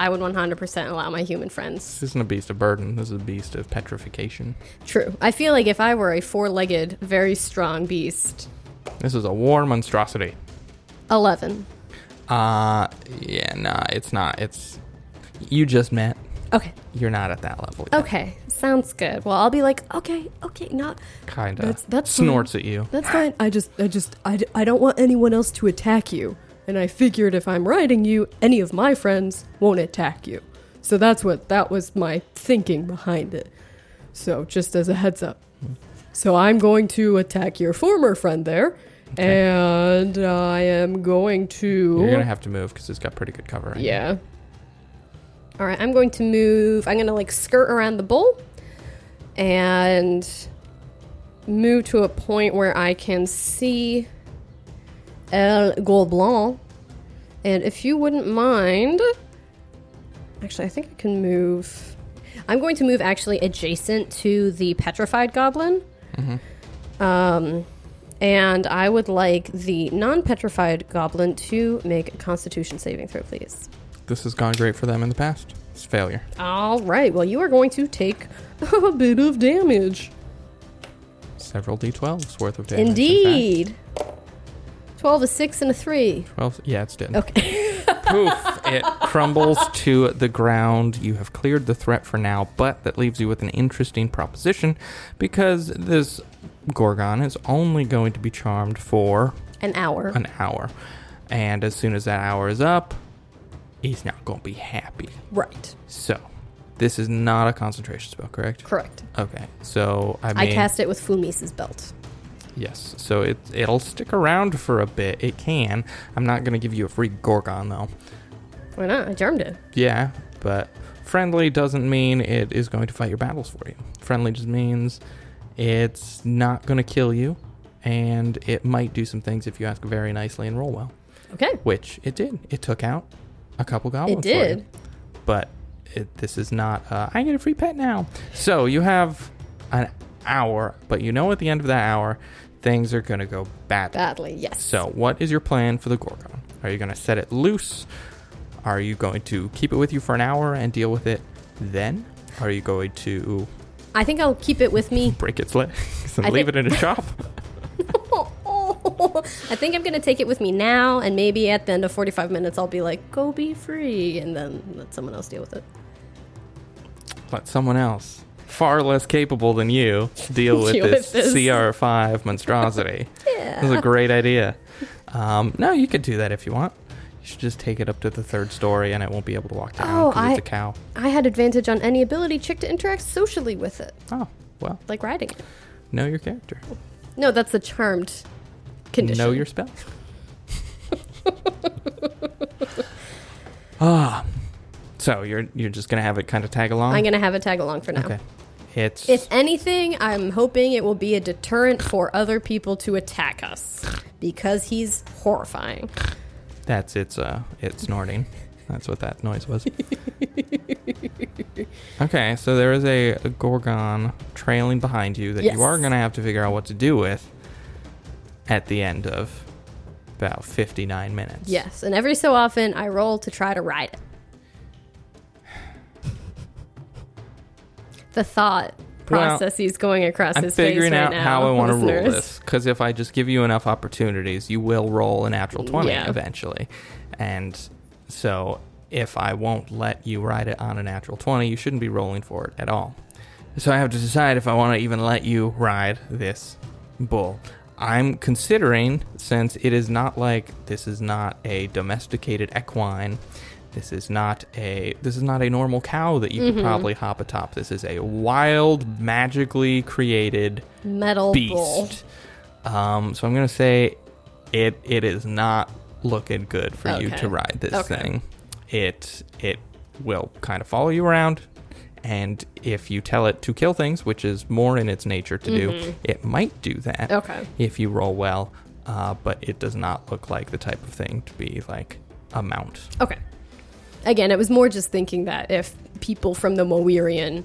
Speaker 2: I would 100% allow my human friends.
Speaker 1: This isn't a beast of burden. This is a beast of petrification.
Speaker 2: True. I feel like if I were a four legged, very strong beast,
Speaker 1: This is a war monstrosity.
Speaker 2: 11.
Speaker 1: Uh, yeah, nah, it's not. It's you just met.
Speaker 2: Okay.
Speaker 1: You're not at that level. yet.
Speaker 2: Okay. Sounds good. Well, I'll be like, okay, okay, not.
Speaker 1: Kinda.
Speaker 2: That's- that's fine.
Speaker 1: snorts at you.
Speaker 2: That's fine. I just, I just, I, d- I don't want anyone else to attack you. And I figured if I'm riding you, any of my friends won't attack you. So that's what, that was my thinking behind it. So just as a heads up. So I'm going to attack your former friend there. And I am going to.
Speaker 1: You're gonna have to move because it's got pretty good cover. right
Speaker 2: Yeah. All right, I'm going to move. I'm going to like skirt around the bull and move to a point where I can see El Gold Blanc. And if you wouldn't mind, actually, I think I can move. I'm going to move actually adjacent to the petrified goblin. Um, and I would like the non petrified goblin to make a constitution saving throw, please.
Speaker 1: now. This has gone great for them in the past. It's failure.
Speaker 2: All right. Well, you are going to take *laughs* a bit of damage.
Speaker 1: Several d12s worth of damage. in fact.
Speaker 2: Indeed. 12, a 6, and a 3.
Speaker 1: Twelve. Yeah, it's dead.
Speaker 2: Okay. *laughs*
Speaker 1: Poof! It crumbles to the ground. You have cleared the threat for now, but that leaves you with an interesting proposition because this Gorgon is only going to be charmed for
Speaker 2: An hour.
Speaker 1: an hour, and as soon as that hour is up, he's not going to be happy.
Speaker 2: Right.
Speaker 1: So, This is not a concentration spell, correct?
Speaker 2: Correct.
Speaker 1: Okay. So I
Speaker 2: I
Speaker 1: mean,
Speaker 2: cast it with Fumi's belt.
Speaker 1: yes. So it it'll stick around for a bit. It can. I'm not gonna give you a free Gorgon though.
Speaker 2: Why not? I charmed it.
Speaker 1: Yeah, but friendly doesn't mean it is going to fight your battles for you. Friendly just means it's not going to kill you, and it might do some things if you ask very nicely and roll well,
Speaker 2: Okay.
Speaker 1: which it did. It took out a couple goblins.
Speaker 2: it
Speaker 1: for you.
Speaker 2: did.
Speaker 1: but it, this is not. Uh, I get a free pet now. So you have an hour, but you know at the end of that hour, things are going to go badly.
Speaker 2: Badly, yes.
Speaker 1: So, what is your plan for the Gorgon? Are you going to set it loose? Are you going to keep it with you for an hour and deal with it then? Are you going to
Speaker 2: I think I'll keep it with me. *laughs*
Speaker 1: break its legs *laughs* and
Speaker 2: I
Speaker 1: leave
Speaker 2: think-
Speaker 1: it in
Speaker 2: *laughs*
Speaker 1: a shop?
Speaker 2: I think I'm going to take it with me now, and maybe at the end of 45 minutes, I'll be like, go be free, and then let someone else deal with it.
Speaker 1: Let someone else, far less capable than you, deal with
Speaker 2: Deal with
Speaker 1: this,
Speaker 2: this.
Speaker 1: CR5
Speaker 2: *laughs*
Speaker 1: monstrosity. yeah. This is a great idea. Um, no, you could do that if you want. You should just take it up to the third story and it won't be able to walk down
Speaker 2: Oh,
Speaker 1: because it's
Speaker 2: I-
Speaker 1: a cow.
Speaker 2: I had advantage on any ability check to interact socially with it,
Speaker 1: Oh, well,
Speaker 2: like riding it.
Speaker 1: know your character,
Speaker 2: No, that's the charmed condition.
Speaker 1: know your spell. *laughs* ah. So you're you're just gonna have it kind of tag along.
Speaker 2: I'm going to have a tag along for now.
Speaker 1: okay. It's
Speaker 2: If anything, I'm hoping it will be a deterrent for other people to attack us because he's horrifying.
Speaker 1: that's it's uh it's snorting. That's what that
Speaker 2: *laughs*
Speaker 1: noise was. okay, so there is a, a gorgon trailing behind you that
Speaker 2: Yes.
Speaker 1: you are gonna have to figure out what to do with at the end of about fifty nine minutes.
Speaker 2: Yes, and every so often I roll to try to ride it. The thought processes going across
Speaker 1: I'm
Speaker 2: his
Speaker 1: figuring
Speaker 2: face
Speaker 1: out
Speaker 2: right now.
Speaker 1: how I want to roll
Speaker 2: listeners.
Speaker 1: this because if I just give you enough opportunities, you will roll a natural twenty
Speaker 2: Yeah.
Speaker 1: eventually. And so, if I won't let you ride it on a natural twenty, you shouldn't be rolling for it at all. So I have to decide if I want to even let you ride this bull. I'm considering since it is not like this is not a domesticated equine. This is not a this is not a normal cow that you could probably hop atop. This is a wild, magically created
Speaker 2: metal bull.
Speaker 1: beast. Um, so I'm gonna say it it is not looking good for you
Speaker 2: Okay.
Speaker 1: to ride this
Speaker 2: Okay.
Speaker 1: thing. It it will kind of follow you around, and if you tell it to kill things, which is more in its nature to do, it might do that.
Speaker 2: Mm-hmm. Okay.
Speaker 1: If you roll well, uh, but it does not look like the type of thing to be like a mount.
Speaker 2: Okay. Again, it was more just thinking that if people from the Moirian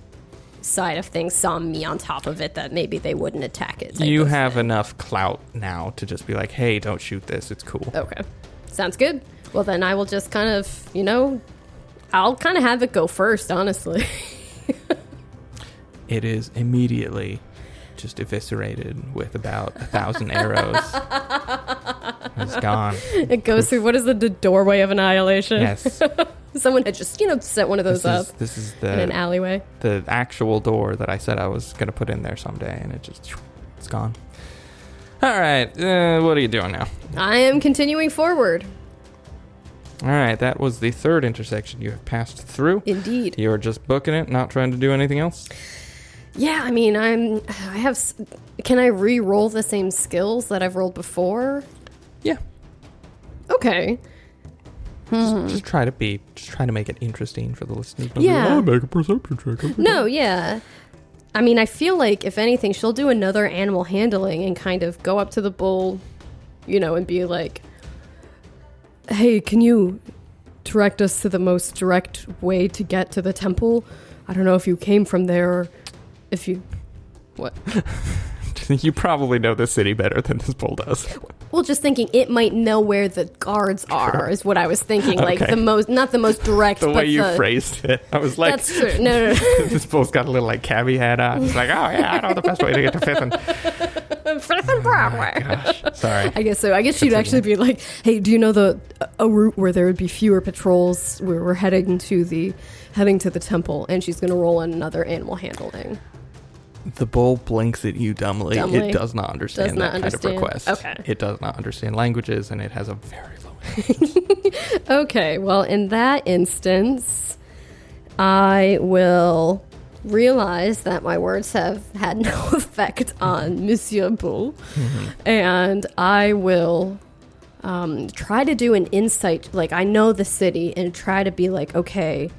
Speaker 2: side of things saw me on top of it, that maybe they wouldn't attack it. type
Speaker 1: you
Speaker 2: of
Speaker 1: have
Speaker 2: thing.
Speaker 1: enough clout now to just be like, hey, don't shoot this. It's cool.
Speaker 2: Okay. Sounds good. Well, then I will just kind of, you know, I'll kind of have it go first, honestly. *laughs*
Speaker 1: it is immediately just eviscerated with about a
Speaker 2: *laughs*
Speaker 1: thousand arrows. It's gone.
Speaker 2: it goes through what is it, the doorway of annihilation?
Speaker 1: Yes,
Speaker 2: Someone had just, you know, set one of those
Speaker 1: this
Speaker 2: up
Speaker 1: is, uh, this is
Speaker 2: in an
Speaker 1: the
Speaker 2: alleyway.
Speaker 1: the actual door that I said I was gonna put in there someday, and it just it's gone. All right, uh, what are you doing now?
Speaker 2: I am continuing forward.
Speaker 1: All right, that was the third intersection you have passed through.
Speaker 2: Indeed.
Speaker 1: You are just booking it, not trying to do anything else.
Speaker 2: Yeah, I mean, I'm. I have. s- Can I re roll the same skills that I've rolled before?
Speaker 1: Yeah,
Speaker 2: Okay. Mm-hmm.
Speaker 1: just try to be, just try to make it interesting for the listeners. Don't be
Speaker 2: Yeah.
Speaker 1: like, "Oh, make a perception check.
Speaker 2: No, yeah. I mean, I feel like if anything, she'll do another animal handling and kind of go up to the bull, you know, and be like, "Hey, can you direct us to the most direct way to get to the temple? I don't know if you came from there or if you what."
Speaker 1: *laughs* you probably know the city better than this bull does.
Speaker 2: Well, just thinking it might know where the
Speaker 1: *laughs*
Speaker 2: guards are is what I was thinking. Like
Speaker 1: Okay.
Speaker 2: the most, not the most direct,
Speaker 1: the
Speaker 2: but
Speaker 1: way you
Speaker 2: the,
Speaker 1: phrased it, I was like,
Speaker 2: that's true. No, no,
Speaker 1: *laughs* this bull's got a little like cabbie hat on. He's like, oh yeah, I know the best way to get to fifth and Oh,
Speaker 2: no. *laughs* Fifth and Broadway.
Speaker 1: gosh, sorry.
Speaker 2: I guess so. I guess she'd actually be like, "Hey, do you know the a route where there would be fewer patrols? Where we're heading to the heading to the temple?" And she's gonna roll in another animal handling.
Speaker 1: *laughs* The bull blinks at you dumbly.
Speaker 2: Dumbly.
Speaker 1: It does not understand
Speaker 2: Does not
Speaker 1: that
Speaker 2: understand.
Speaker 1: kind of request.
Speaker 2: Okay.
Speaker 1: It does not understand languages, and it has a very low.
Speaker 2: Okay, well, in that instance, I will realize that my words have had no *laughs* effect on Monsieur Bull, and I will um, try to do an insight. Like I know the city, and try to be like, okay,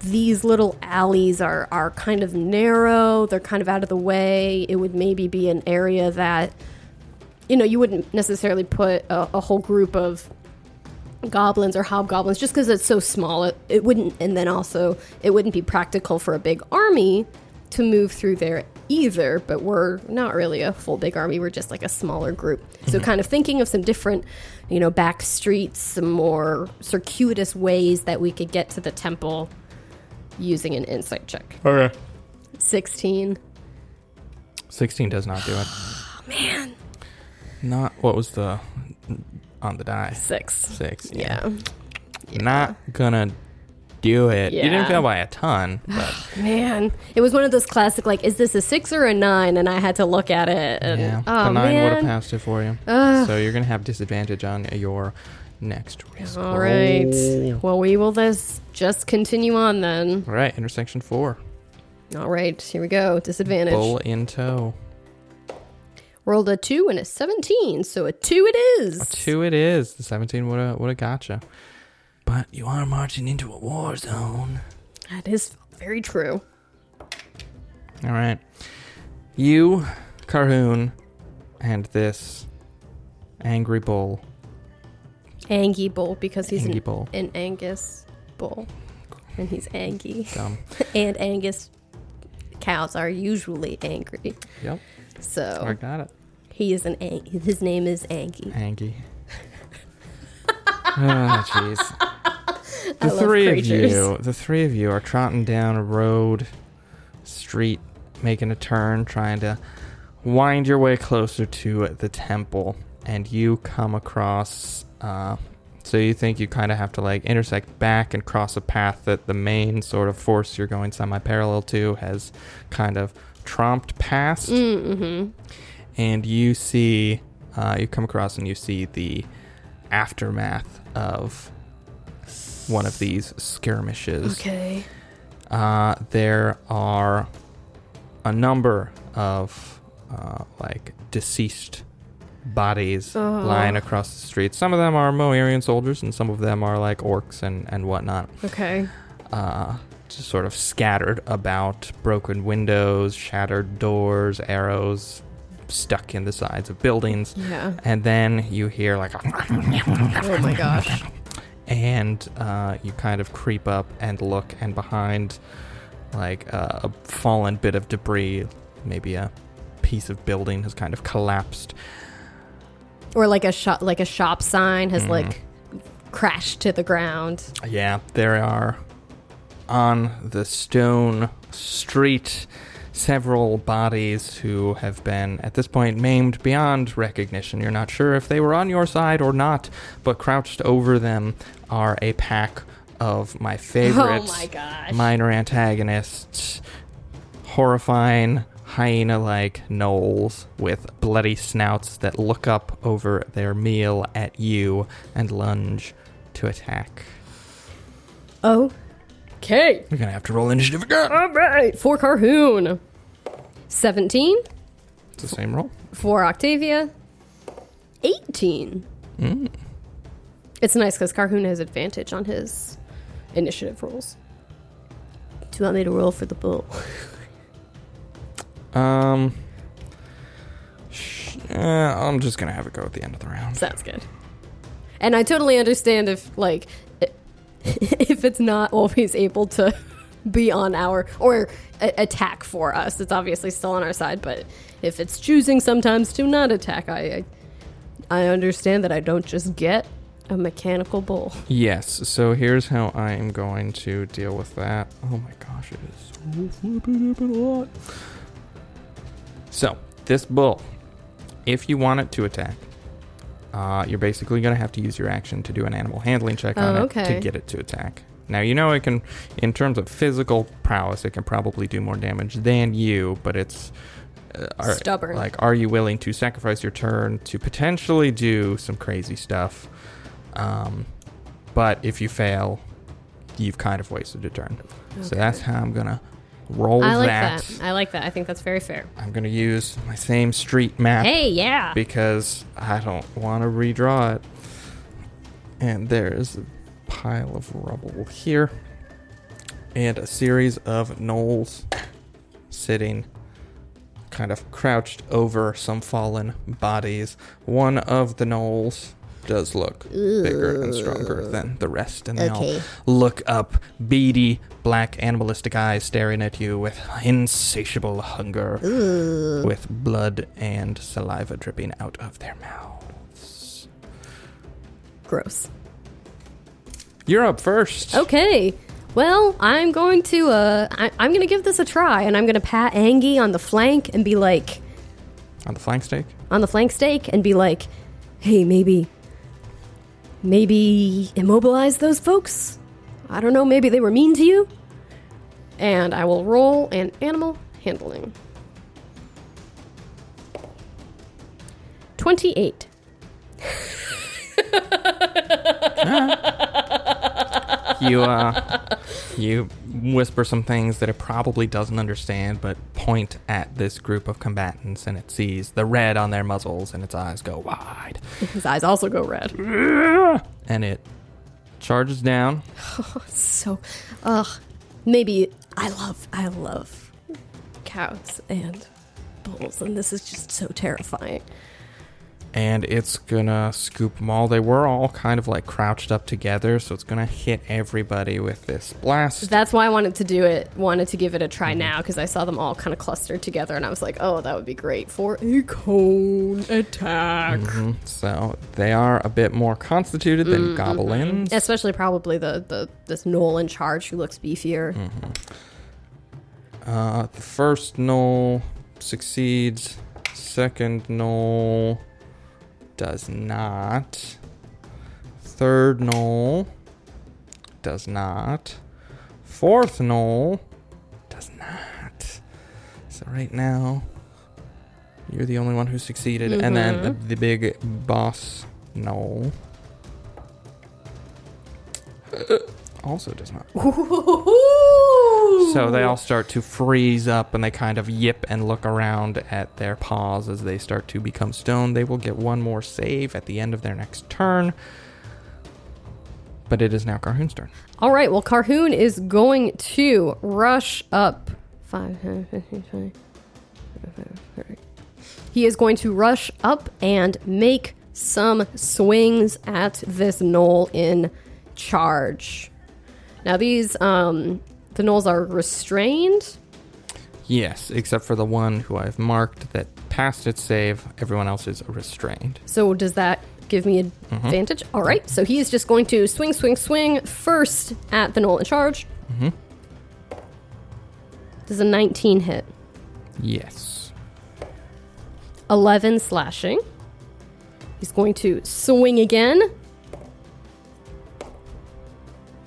Speaker 2: these little alleys are are kind of narrow. They're kind of out of the way. It would maybe be an area that you know you wouldn't necessarily put a, a whole group of goblins or hobgoblins just because it's so small it, it wouldn't and then also it wouldn't be practical for a big army to move through there either but we're not really a full big army we're just like a smaller group so kind of thinking of some different you know back streets some more circuitous ways that we could get to the temple using an insight check
Speaker 1: Okay.
Speaker 2: 16
Speaker 1: 16 does not do it.
Speaker 2: Oh, man
Speaker 1: Not what was the on the die?
Speaker 2: 6
Speaker 1: Six.
Speaker 2: yeah
Speaker 1: Not gonna do it. You didn't
Speaker 2: Yeah.
Speaker 1: fail by a ton, but
Speaker 2: man it was one of those classic like is this a 6 or a 9 and i had to look at it and
Speaker 1: yeah,
Speaker 2: oh
Speaker 1: the nine would have
Speaker 2: man
Speaker 1: passed it for you. so you're gonna have disadvantage on your next risk.
Speaker 2: All right. Well, we will this just continue on then.
Speaker 1: All right, intersection four.
Speaker 2: All right, here we go. Disadvantage.
Speaker 1: Bull in tow.
Speaker 2: Rolled a two and a seventeen, so a two it is.
Speaker 1: Two it is. The 17 would have would have gotcha. But you are marching into a war zone.
Speaker 2: That is very true.
Speaker 1: All right. You, Carhoon, and this angry bull.
Speaker 2: Angie Bull because he's
Speaker 1: Angie
Speaker 2: an,
Speaker 1: Bull.
Speaker 2: an Angus Bull, and he's Angie. *laughs*
Speaker 1: Dumb.
Speaker 2: and Angus cows are usually angry,
Speaker 1: Yep. I
Speaker 2: so
Speaker 1: got it.
Speaker 2: he is an Ang- his name is Angie.
Speaker 1: *laughs* Angie. oh, jeez. The
Speaker 2: love
Speaker 1: three of
Speaker 2: creatures.
Speaker 1: you, the three of you are trotting down a road, street, making a turn, trying to wind your way closer to the temple, and you come across. Uh, so you think you kind of have to like intersect back and cross a path that the main sort of force you're going semi-parallel to has kind of tromped past
Speaker 2: Mm-hmm.
Speaker 1: and you see uh, you come across and you see the aftermath of one of these skirmishes
Speaker 2: Okay.
Speaker 1: uh, there are a number of uh, like deceased bodies lying across the street some of them are moarian soldiers and some of them are like orcs and, and whatnot
Speaker 2: Okay.
Speaker 1: uh, just sort of scattered about broken windows, shattered doors, arrows stuck in the sides of buildings.
Speaker 2: Yeah.
Speaker 1: And then you hear like,
Speaker 2: Oh my gosh.
Speaker 1: and uh, you kind of creep up and look, and behind like uh, a fallen bit of debris, maybe a piece of building has kind of collapsed.
Speaker 2: or like a shop like a shop sign has
Speaker 1: Mhm.
Speaker 2: like crashed to the ground
Speaker 1: Yeah, there are on the stone street several bodies who have been at this point maimed beyond recognition. You're not sure if they were on your side or not, but crouched over them are a pack of my favorites,
Speaker 2: oh my gosh
Speaker 1: minor antagonists, horrifying hyena-like gnolls with bloody snouts that look up over their meal at you and lunge to attack.
Speaker 2: okay
Speaker 1: We're gonna have to roll initiative again.
Speaker 2: all right for carhoon 17
Speaker 1: It's the same roll.
Speaker 2: for octavia 18
Speaker 1: Mm.
Speaker 2: it's nice because carhoon has advantage on his initiative rolls do you want me to roll for the bull
Speaker 1: Um, sh- uh, I'm just gonna have a go at the end of the
Speaker 2: *laughs*
Speaker 1: round.
Speaker 2: sounds good and i totally understand if like *laughs* i- if it's not always able to *laughs* be on our or a- attack for us it's obviously still on our side but if it's choosing sometimes to not attack i i, I understand that i don't just get a mechanical bull
Speaker 1: Yes. So here's how I am going to deal with that. Oh my gosh, it is so flipping up a lot. So this bull, if you want it to attack, uh, you're basically gonna have to use your action to do an animal handling check on
Speaker 2: Oh,
Speaker 1: it to
Speaker 2: okay.
Speaker 1: get it to attack. Now you know it can, in terms of physical prowess, it can probably do more damage than you, but it's uh, are-
Speaker 2: Stubborn.
Speaker 1: Like, are you willing to sacrifice your turn to potentially do some crazy stuff? Um, but if you fail, you've kind of wasted a turn. So that's how I'm gonna roll
Speaker 2: I like
Speaker 1: that.
Speaker 2: that. I like that. I think that's very fair.
Speaker 1: I'm gonna use my same street map
Speaker 2: Hey, yeah.
Speaker 1: because I don't want to redraw it. And there's a pile of rubble here, and a series of knolls sitting kind of crouched over some fallen bodies. One of the knolls does look bigger and stronger than the rest, and they
Speaker 4: Okay.
Speaker 1: all look up, beady, black, animalistic eyes staring at you with insatiable hunger with blood and saliva dripping out of their mouths.
Speaker 2: Gross.
Speaker 1: You're up first.
Speaker 2: Okay. Well, I'm going to uh I, I'm gonna give this a try and I'm gonna pat Angie on the flank and be like
Speaker 1: On the flank stake?
Speaker 2: on the flank stake and be like, hey, maybe maybe immobilize those folks? I don't know, maybe they were mean to you? And I will roll an animal *laughs* handling. 28.
Speaker 1: You uh you whisper some things that it probably doesn't understand, but point at this group of combatants and it sees the red on their muzzles and its eyes go wide.
Speaker 2: *laughs* His eyes also go red.
Speaker 1: And it charges down.
Speaker 2: So, ugh, maybe I love, I love cows and bulls, and this is just so terrifying.
Speaker 1: and it's gonna scoop them all. They were all kind of like crouched up together, so it's gonna hit everybody with this blast.
Speaker 2: That's why I wanted to do it, wanted to give it a try now, because I saw them all kind of clustered together, and I was like, oh, that would be great for a cone attack.
Speaker 1: Mhm. So they are a bit more constituted than goblins.
Speaker 2: Especially probably the, the this knoll in charge who looks beefier.
Speaker 1: Uh, the first null succeeds. Second null does not. Third null does not. Fourth null does not. So right now, you're the only one who succeeded. And then the, the big boss null also does not. So they all start to freeze up and they kind of yip and look around at their paws as they start to become stone. They will get one more save at the end of their next turn. But it is now Carhoon's turn.
Speaker 2: All right, well, Carhoon is going to rush up. Five, 10, 15, 20, 25, 30. He is going to rush up and make some swings at this knoll in charge. Now, these, um, the knolls are restrained.
Speaker 1: Yes, except for the one who I've marked that passed its save. Everyone else is restrained.
Speaker 2: So does that give me advantage? All right. So he is just going to swing, swing, swing first at the Nolan charge. Mm-hmm. Does a 19 hit?
Speaker 1: Yes.
Speaker 2: 11 slashing. He's going to swing again.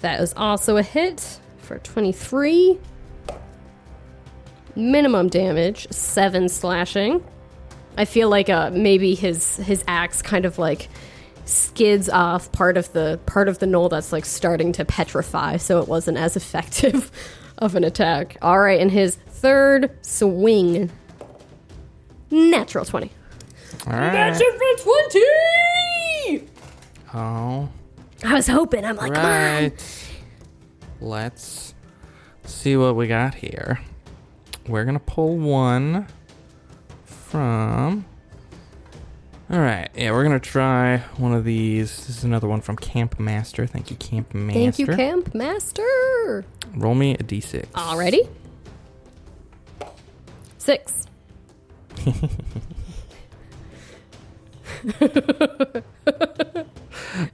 Speaker 2: That is also a hit for 23. Minimum damage, 7 slashing. I feel like uh, maybe his his axe kind of like skids off part of the part of the knoll that's like starting to petrify, so it wasn't as *laughs* effective of an attack. All right, and his third swing Natural 20.
Speaker 1: All right.
Speaker 2: Natural 20!
Speaker 1: All
Speaker 3: I was hoping. I'm
Speaker 2: *laughs*
Speaker 3: like,
Speaker 1: right. Let's see what we got here. We're gonna pull one from. All right, yeah, we're gonna try one of these. This is another one from Camp Master. Thank you, Camp Master.
Speaker 2: Thank you, Camp Master.
Speaker 1: Roll me a d6.
Speaker 2: Alrighty. Six. *laughs* is this a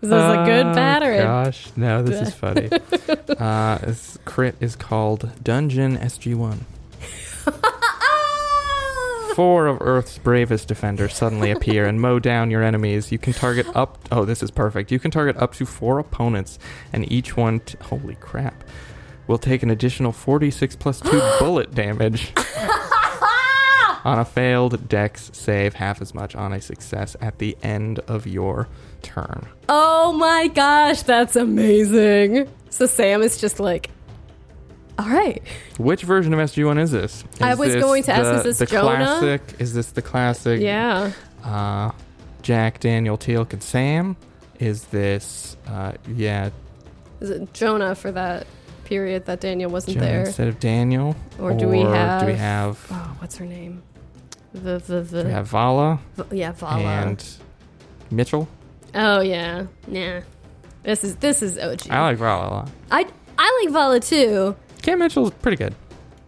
Speaker 1: Oh,
Speaker 2: good bad or a-
Speaker 1: Gosh, no, this is funny.
Speaker 2: *laughs*
Speaker 1: uh, this crit is called Dungeon SG1.
Speaker 2: *laughs*
Speaker 1: Four of Earth's bravest defenders suddenly appear and mow down your enemies. You can target up. Oh, this is perfect. You can target up to four opponents, and each one. T- holy crap! Will take an additional 46
Speaker 2: *gasps*
Speaker 1: plus two bullet
Speaker 2: *laughs*
Speaker 1: damage. On a failed dex save, half as much on a success at the end of your turn.
Speaker 2: Oh my gosh, that's amazing. So Sam is just like, all right.
Speaker 1: Which version of SG One is this? Is
Speaker 2: I was
Speaker 1: this
Speaker 2: going to ask,
Speaker 1: the-
Speaker 2: is this
Speaker 1: the
Speaker 2: Jonah?
Speaker 1: classic? Is this the classic?
Speaker 2: Yeah.
Speaker 1: Uh, Jack Daniel Teal and Sam. Is this? Uh, yeah,
Speaker 2: Is it Jonah for that period that Daniel wasn't
Speaker 1: Jonah
Speaker 2: there?
Speaker 1: instead of Daniel.
Speaker 2: Or do we
Speaker 1: Do we
Speaker 2: have-
Speaker 1: have?
Speaker 2: Oh, what's her name? The the
Speaker 1: do
Speaker 2: the
Speaker 1: we have Vala
Speaker 2: V- yeah Vala.
Speaker 1: and Mitchell?
Speaker 2: oh yeah, nah. This is this is OG.
Speaker 1: I like Vala a lot.
Speaker 2: I I like Vala too.
Speaker 1: Cam Mitchell's pretty good,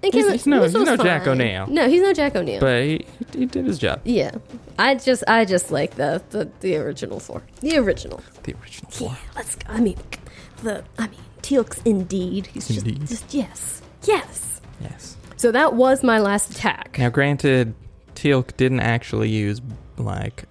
Speaker 2: And
Speaker 1: He's-
Speaker 2: Kim-
Speaker 1: he's no-
Speaker 2: this
Speaker 1: he's
Speaker 2: was
Speaker 1: no Jack
Speaker 2: fine.
Speaker 1: O'Neill.
Speaker 2: No, he's no Jack O'Neill.
Speaker 1: but he, he did his job.
Speaker 2: yeah, I just I just like the the, the original four. The original.
Speaker 1: The original
Speaker 3: Yeah, let's go. I mean, the I mean, Teal'c's indeed. He's just,
Speaker 1: Indeed.
Speaker 3: just yes, yes.
Speaker 1: Yes.
Speaker 2: So that was my last attack.
Speaker 1: Now, granted, Teal didn't actually use like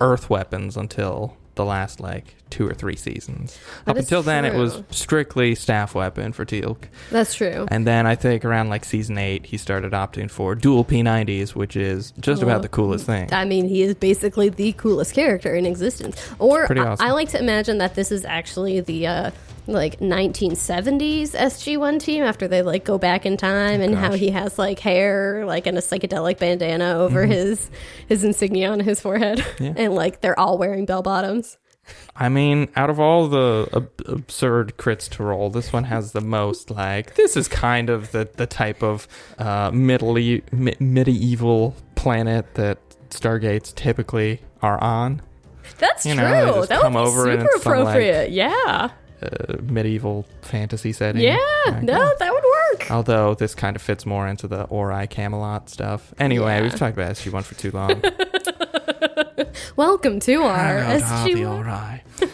Speaker 1: earth weapons until the last like two or three seasons.
Speaker 2: That
Speaker 1: Up
Speaker 2: is
Speaker 1: until then, it was
Speaker 2: true.
Speaker 1: strictly staff weapon for Teal.
Speaker 2: That's true.
Speaker 1: And then I think around like season eight, he started opting for dual P90s, which is just
Speaker 2: Well,
Speaker 1: about the coolest thing.
Speaker 2: I mean, he is basically the coolest character in existence. Or
Speaker 1: pretty
Speaker 2: I-
Speaker 1: awesome.
Speaker 2: I, like to imagine that this is actually the uh, like 1970s SG1 team after they like go back in time and how
Speaker 1: Gosh.
Speaker 2: he has like hair like and a psychedelic bandana over his his insignia on his forehead
Speaker 1: Mm-hmm. Yeah.
Speaker 2: *laughs* and like they're all wearing bell bottoms.
Speaker 1: I mean, out of all the ab- absurd crits to roll, this one has the most. Like, this is kind of the, the type of uh, middle e- mi- medieval planet that Stargates typically are on.
Speaker 2: That's
Speaker 1: You
Speaker 2: true.
Speaker 1: know, they just
Speaker 2: that would
Speaker 1: come
Speaker 2: be
Speaker 1: over and
Speaker 2: super
Speaker 1: it's some, like-
Speaker 2: appropriate. yeah.
Speaker 1: Uh, medieval fantasy setting.
Speaker 2: Yeah.
Speaker 1: Like, oh.
Speaker 2: No, that would work.
Speaker 1: Although this kind of fits more into the Ori Camelot stuff. Anyway,
Speaker 2: Yeah.
Speaker 1: we've talked about SG1 for too long. *laughs* Oh.
Speaker 2: Welcome to our
Speaker 1: Harold Harvey
Speaker 2: SG1.
Speaker 1: Ori.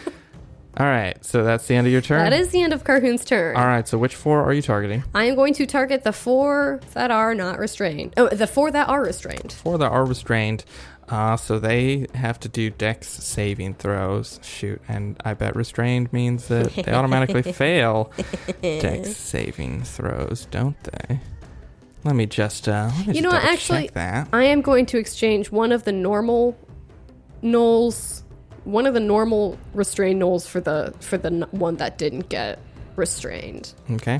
Speaker 1: All right, so that's the end of your turn.
Speaker 2: That is the end of Carhoon's turn.
Speaker 1: All right, so which four are you targeting?
Speaker 2: I am going to target the four that are not restrained. Oh, the four that are restrained.
Speaker 1: Four that are restrained, uh, so they have to do dex saving throws. Shoot, and I bet restrained means that
Speaker 2: *laughs*
Speaker 1: they automatically fail dex saving throws, don't they? Let me just, uh, let
Speaker 2: You
Speaker 1: me just
Speaker 2: know what,
Speaker 1: double
Speaker 2: actually-
Speaker 1: check that.
Speaker 2: I am going to exchange one of the normal gnolls, one of the normal restrained gnolls for the for the n- one that didn't get restrained.
Speaker 1: Okay.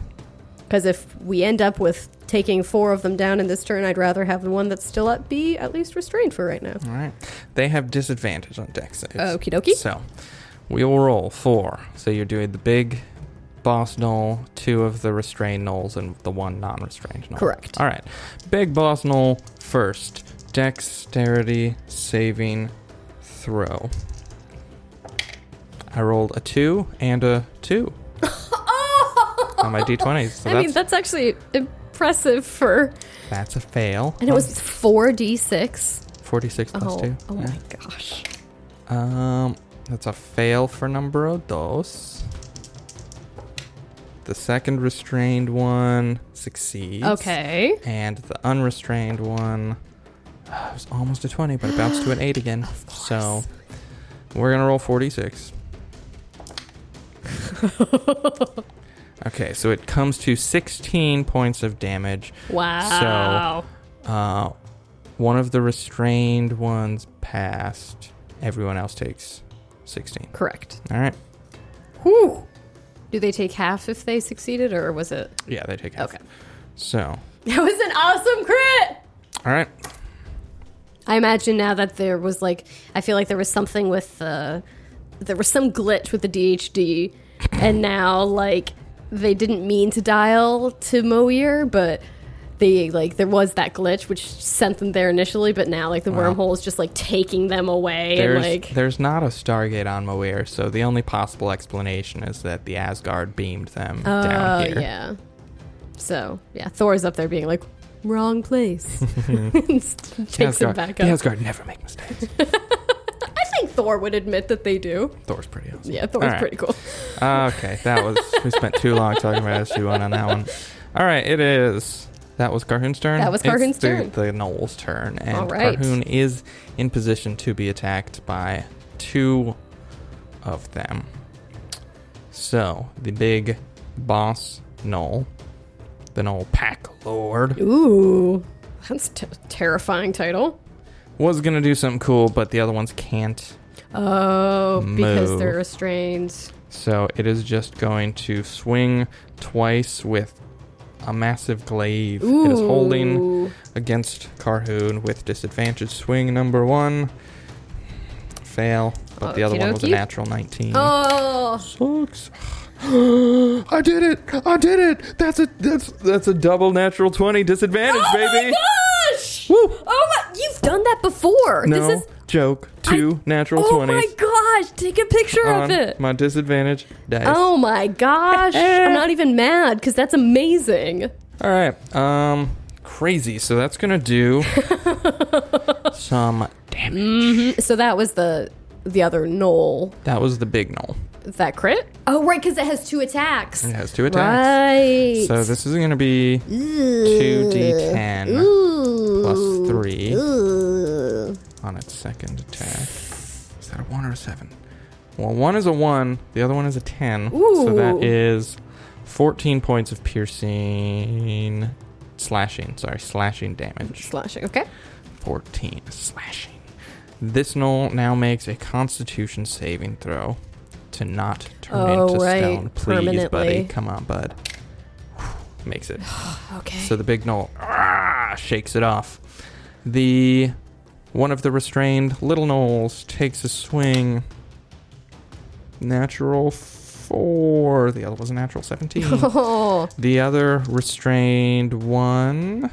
Speaker 2: Because if we end up with taking four of them down in this turn, I'd rather have the one that's still up be at least restrained for right now.
Speaker 1: All right. They have disadvantage on deck saves.
Speaker 2: Okie dokie.
Speaker 1: So we will roll four. So you're doing the big boss knoll, two of the restrained knolls, and the one non restrained knoll.
Speaker 2: Correct.
Speaker 1: All right. Big boss knoll first. Dexterity saving throw. I rolled a two and a two
Speaker 2: *laughs*
Speaker 1: on my d20s. So
Speaker 2: I
Speaker 1: that's,
Speaker 2: mean, that's actually impressive for,
Speaker 1: that's a fail.
Speaker 2: and it was four d six.
Speaker 1: 46 plus
Speaker 2: Oh,
Speaker 1: two.
Speaker 2: oh
Speaker 1: Yeah.
Speaker 2: my gosh.
Speaker 1: Um, that's a fail for number dos. The second restrained one succeeds.
Speaker 2: Okay.
Speaker 1: And the unrestrained one uh, it was almost a 20, but it bounced to an 8 again. So we're going to roll 46. okay, so it comes to 16 points of damage.
Speaker 2: Wow.
Speaker 1: Uh, one of the restrained ones passed. Everyone else takes 16.
Speaker 2: Correct.
Speaker 1: All right.
Speaker 2: Whew. Do they take half if they succeeded, or was it?
Speaker 1: Yeah, they take half.
Speaker 2: Okay.
Speaker 1: So,
Speaker 2: *laughs* That was an awesome crit!
Speaker 1: all right.
Speaker 2: I imagine now that there was like, I feel like there was something with the, there was some glitch with the DHD, and now like they didn't mean to dial to Moir, but they like there was that glitch which sent them there initially, but now like the wormhole is just like taking them away
Speaker 1: There's
Speaker 2: and like
Speaker 1: there's not a Stargate on Moir, so the only possible explanation is that the Asgard beamed them down here.
Speaker 2: Oh, yeah. So yeah, Thor's up there being like, wrong
Speaker 1: *laughs*
Speaker 2: place.
Speaker 1: The
Speaker 2: Takes him
Speaker 1: Asgard,
Speaker 2: back
Speaker 1: the
Speaker 2: up.
Speaker 1: Asgard never make mistakes.
Speaker 2: I think Thor would admit that they do.
Speaker 1: Thor's pretty awesome.
Speaker 2: Yeah, Thor's
Speaker 1: All right.
Speaker 2: pretty cool.
Speaker 1: Ah, okay, that was we spent too long talking about SG one on that one. All right, it is. That was Carhoon's turn.
Speaker 2: That was
Speaker 1: It's
Speaker 2: Carhoon's
Speaker 1: the-
Speaker 2: turn.
Speaker 1: The Knoll's turn, and
Speaker 2: All right.
Speaker 1: Carhoon is in position to be attacked by two of them. So the big boss Knoll, the Knoll Pack Lord,
Speaker 2: Ooh, that's t- terrifying title.
Speaker 1: was gonna do something cool, but the other ones can't.
Speaker 2: Oh, because
Speaker 1: Move.
Speaker 2: they're restrained.
Speaker 1: So it is just going to swing twice with a massive glaive. It is holding
Speaker 2: Ooh.
Speaker 1: against Carhoon with disadvantage. Swing number one. Fail. But the other one was a
Speaker 2: Uh, Okey-dokey.
Speaker 1: natural 19.
Speaker 2: Oh,
Speaker 1: Sucks. *gasps* I did it! I did it! That's a that's that's a double natural twenty disadvantage,
Speaker 2: oh
Speaker 1: baby.
Speaker 2: my gosh!
Speaker 1: Woo.
Speaker 2: Oh my, you've done that before.
Speaker 1: No
Speaker 2: This is
Speaker 1: joke. Two natural
Speaker 2: Oh
Speaker 1: twenties
Speaker 2: my gosh, take a picture
Speaker 1: on
Speaker 2: of it.
Speaker 1: my disadvantage dice.
Speaker 2: Oh my gosh. I'm not even mad because that's amazing.
Speaker 1: All right. Um, crazy. So that's
Speaker 2: *laughs*
Speaker 1: gonna do some damage.
Speaker 2: So that was the the other knoll.
Speaker 1: That was the big null.
Speaker 2: That crit? Oh right, because it has two attacks.
Speaker 1: It has two attacks.
Speaker 2: Right.
Speaker 1: So this is gonna be two d10 plus three on its second attack. Is that a one or a seven? Well, one is a one. The other one is a ten. So
Speaker 2: Ooh.
Speaker 1: that is fourteen points of piercing, slashing. Sorry, slashing damage.
Speaker 2: slashing. Okay.
Speaker 1: 14 slashing. This knoll now makes a constitution saving throw to not turn
Speaker 2: Oh,
Speaker 1: into
Speaker 2: right.
Speaker 1: stone. Please, buddy.
Speaker 2: Permanently.
Speaker 1: Come on, bud. Makes it.
Speaker 2: Okay.
Speaker 1: So the big knoll ah, shakes it off. The one of the restrained little knolls takes a swing. Natural four. The other was a
Speaker 2: *laughs*
Speaker 1: natural 17.
Speaker 2: *laughs* oh.
Speaker 1: the other restrained one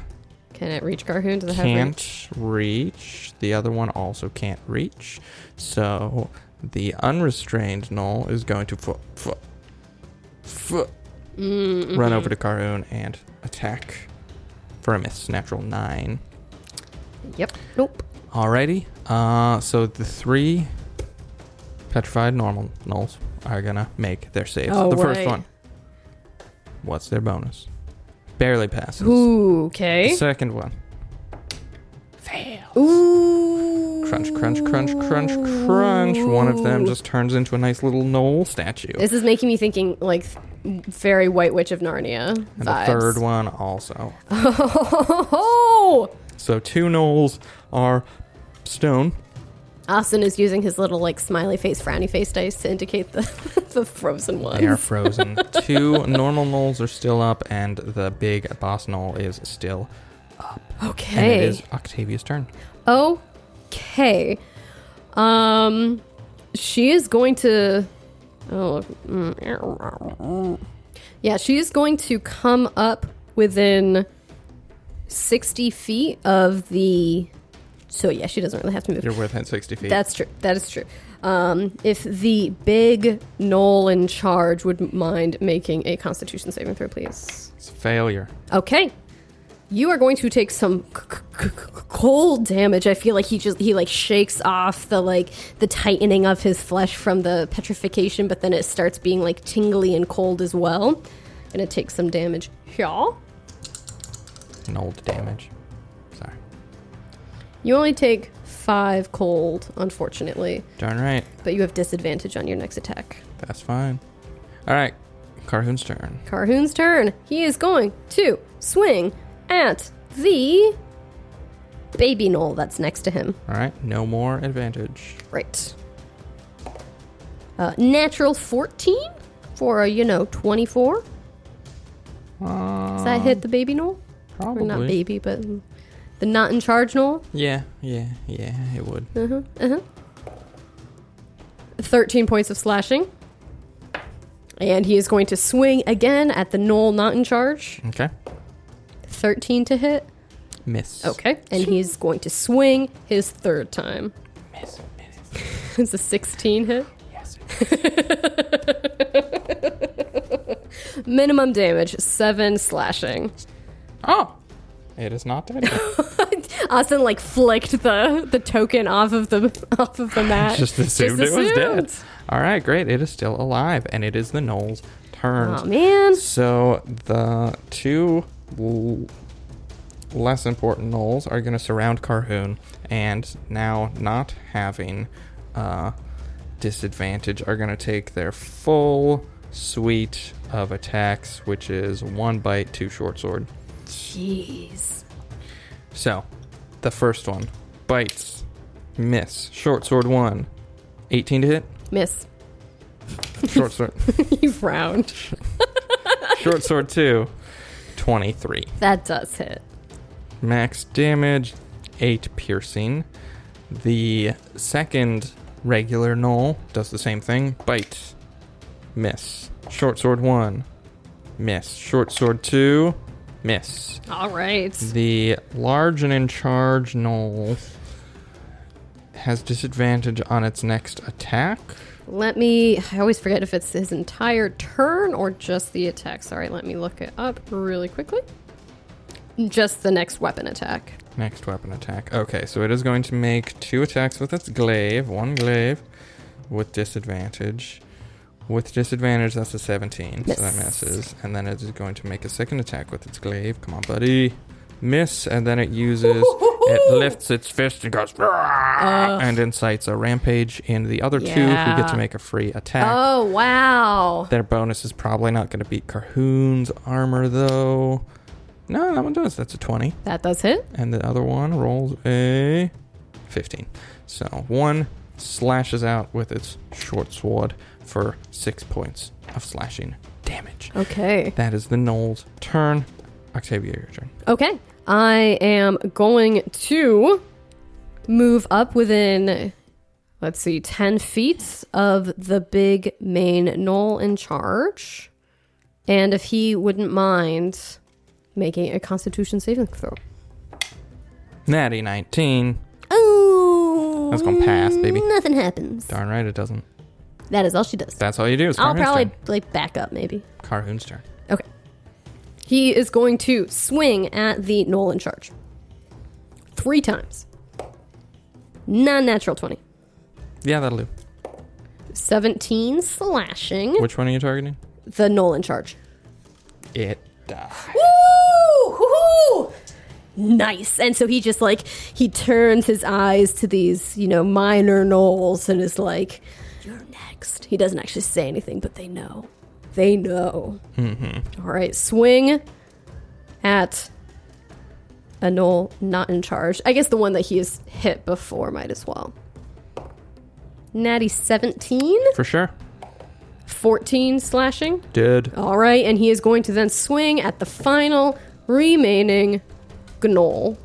Speaker 2: Can it reach Garhoon to the heaven?
Speaker 1: can't reach. The other one also can't reach. So the unrestrained null is going to fu- fu- fu-
Speaker 2: Mm-hmm.
Speaker 1: run over to Karoon and attack for a miss. Natural nine.
Speaker 2: Yep. Nope.
Speaker 1: Alrighty. Uh, so the three petrified normal nulls are gonna make their saves.
Speaker 2: Oh,
Speaker 1: the first
Speaker 2: right.
Speaker 1: one. What's their bonus? Barely passes.
Speaker 2: Ooh,
Speaker 1: The
Speaker 2: okay.
Speaker 1: second one. Fail.
Speaker 2: Ooh.
Speaker 1: Crunch, crunch, crunch, crunch, crunch. One of them just turns into a nice little knoll statue.
Speaker 2: This is making me thinking like th- very White Witch of Narnia vibes.
Speaker 1: and the third one also.
Speaker 2: Oh,
Speaker 1: So two knolls are stone.
Speaker 2: Austin is using his little like smiley face, frowny face dice to indicate the *laughs* the frozen
Speaker 1: They are
Speaker 2: one.
Speaker 1: frozen. *laughs* two normal knolls are still up, and the big boss knoll is still. And it
Speaker 2: Okay.
Speaker 1: is Octavia's turn.
Speaker 2: Okay. Um, she is going to. Oh. mm, Yeah, she is going to come up within sixty feet of the. So yeah, she doesn't really have to move.
Speaker 1: You're within 60 feet.
Speaker 2: That's true. That is true. Um, if the big knoll in charge would mind making a Constitution saving throw, please.
Speaker 1: it's failure.
Speaker 2: Okay, you are going to take some c- c- c- cold damage. I feel like he just he like shakes off the like the tightening of his flesh from the petrification, but then it starts being like tingly and cold as well, and it takes some damage. Yeah,
Speaker 1: Knoll damage. Sorry.
Speaker 2: you only take five cold, unfortunately,
Speaker 1: Darn right.
Speaker 2: but you have disadvantage on your next attack.
Speaker 1: That's fine. All right. Carhoon's turn.
Speaker 2: Carhoon's turn. He is going to swing at the baby knoll that's next to him.
Speaker 1: All right. No more advantage.
Speaker 2: Right. Uh, natural 14 for a, you know, 24. Does that hit the baby knoll?
Speaker 1: Probably.
Speaker 2: Or not baby, but the not in charge knoll?
Speaker 1: Yeah, yeah, yeah, it would.
Speaker 2: 13 points of slashing. And he is going to swing again at the knoll not in charge.
Speaker 1: Okay.
Speaker 2: 13 to hit.
Speaker 1: Miss.
Speaker 2: Okay. And he's going to swing *laughs* his third time.
Speaker 1: Miss. Miss.
Speaker 2: It's a 16 hit.
Speaker 1: Yes.
Speaker 2: Minimum damage, seven slashing.
Speaker 1: Oh! It is not dead. yet.
Speaker 2: Austin like flicked the the token off of the *laughs* off of the mat.
Speaker 1: Just assumed it was dead.
Speaker 2: assumed.
Speaker 1: All right, great. It is still alive, and it is the Knoll's turn.
Speaker 2: Oh man.
Speaker 1: So the two l- less important Knolls are going to surround Carhoon, and now not having uh, disadvantage are going to take their full suite of attacks, which is one bite, two short sword.
Speaker 2: Jeez.
Speaker 1: So, the first one bites, miss, short sword one, 18 to hit,
Speaker 2: Miss. *laughs*
Speaker 1: Short sword.
Speaker 2: you frowned.
Speaker 1: Short sword two. 23.
Speaker 2: That does hit.
Speaker 1: Max damage, 8 piercing. The second regular knoll does the same thing. Bite. Miss. Short sword 1. Miss. Short sword 2. Miss.
Speaker 2: All right.
Speaker 1: The large and in charge knoll has disadvantage on its next attack.
Speaker 2: Let me. I always forget if it's his entire turn or just the attack. Sorry, let me look it up really quickly. Just the next weapon attack.
Speaker 1: Next weapon attack. Okay, so it is going to make two attacks with its glaive. One glaive with disadvantage. With disadvantage, that's a 17, so that
Speaker 2: Miss.
Speaker 1: misses. And then it is going to make a second attack with its glaive. Come on, buddy. Miss, and then it uses. It lifts its fist and goes. "Rah!" and incites a rampage. And the other two who get
Speaker 2: Yeah.
Speaker 1: to make a free attack.
Speaker 2: Oh, wow.
Speaker 1: Their bonus is probably not going to beat Carhoon's armor, though. No, that one does. That's a 20.
Speaker 2: That does hit.
Speaker 1: And the other one rolls a 15. So one slashes out with its short sword for six points of slashing damage.
Speaker 2: Okay.
Speaker 1: That is the Knoll's turn. Octavia, your turn.
Speaker 2: Okay. I am going to move up within, let's see, 10 feet of the big main knoll in charge. And if he wouldn't mind making a constitution saving throw.
Speaker 1: Natty 19.
Speaker 2: Oh!
Speaker 1: That's gonna pass, baby.
Speaker 2: Nothing happens.
Speaker 1: Darn right it doesn't.
Speaker 2: That is all she does.
Speaker 1: That's all you do. It's
Speaker 2: I'll
Speaker 1: Carhoon's
Speaker 2: probably,
Speaker 1: turn.
Speaker 2: like, back up, maybe.
Speaker 1: Carhoon's turn.
Speaker 2: Okay. He is going to swing at the Nolan charge. Three times. Non natural 20.
Speaker 1: Yeah, that'll do.
Speaker 2: 17 slashing
Speaker 1: Which one are you targeting?
Speaker 2: the Nolan charge.
Speaker 1: It dies.
Speaker 2: Woo! Hoo-hoo! Nice. And so he just like, he turns his eyes to these, you know, minor gnolls and is like, You're next. He doesn't actually say anything, but they know. They know. Mm-hmm. right, swing at a knoll not in charge. I guess the one that he has hit before might as well. Natty 17,
Speaker 1: For sure.
Speaker 2: 14 slashing.
Speaker 1: Dead.
Speaker 2: All right, and he is going to then swing at the final remaining gnoll.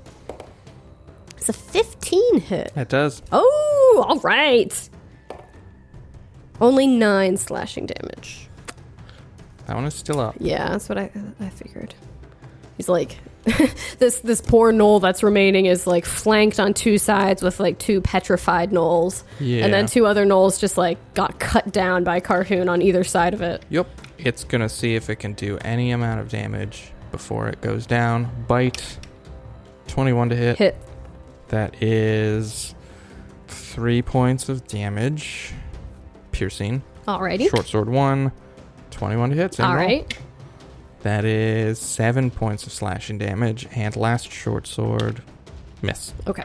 Speaker 2: It's a 15 hit.
Speaker 1: It does.
Speaker 2: Oh, all right. Only nine slashing damage.
Speaker 1: That one is still up.
Speaker 2: Yeah, that's what I I figured. He's like *laughs* this this poor knoll that's remaining is like flanked on two sides with like two petrified knolls. And
Speaker 1: Yeah.
Speaker 2: then two other knolls just like got cut down by Carhoon on either side of it.
Speaker 1: Yep. It's going to see if it can do any amount of damage before it goes down. Bite. 21 to hit.
Speaker 2: Hit.
Speaker 1: That is three points of damage. Piercing.
Speaker 2: Alrighty.
Speaker 1: Short sword one. 21 to hit. Same
Speaker 2: All
Speaker 1: roll.
Speaker 2: right.
Speaker 1: That is seven points of slashing damage. And last short sword. Miss.
Speaker 2: Okay.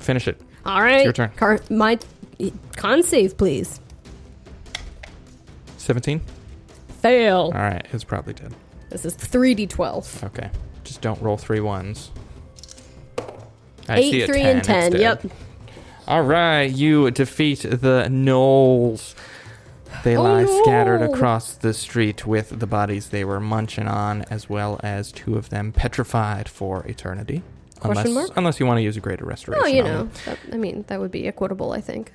Speaker 1: Finish it.
Speaker 2: All right.
Speaker 1: your turn.
Speaker 2: Car- my con save, please.
Speaker 1: 17.
Speaker 2: Fail.
Speaker 1: All right. It's probably dead.
Speaker 2: This is 3d12.
Speaker 1: Okay. Just don't roll three ones. I
Speaker 2: 8,
Speaker 1: see
Speaker 2: 3,
Speaker 1: a
Speaker 2: and
Speaker 1: It's
Speaker 2: 10.
Speaker 1: dead.
Speaker 2: Yep.
Speaker 1: All right, you defeat the gnolls. They
Speaker 2: Oh,
Speaker 1: lie scattered
Speaker 2: no.
Speaker 1: across the street with the bodies they were munching on, as well as two of them petrified for eternity.
Speaker 2: Question
Speaker 1: unless,
Speaker 2: mark?
Speaker 1: unless you want to use a greater restoration.
Speaker 2: Oh, you
Speaker 1: on
Speaker 2: know.
Speaker 1: them.
Speaker 2: That, I mean, that would be equitable, I think.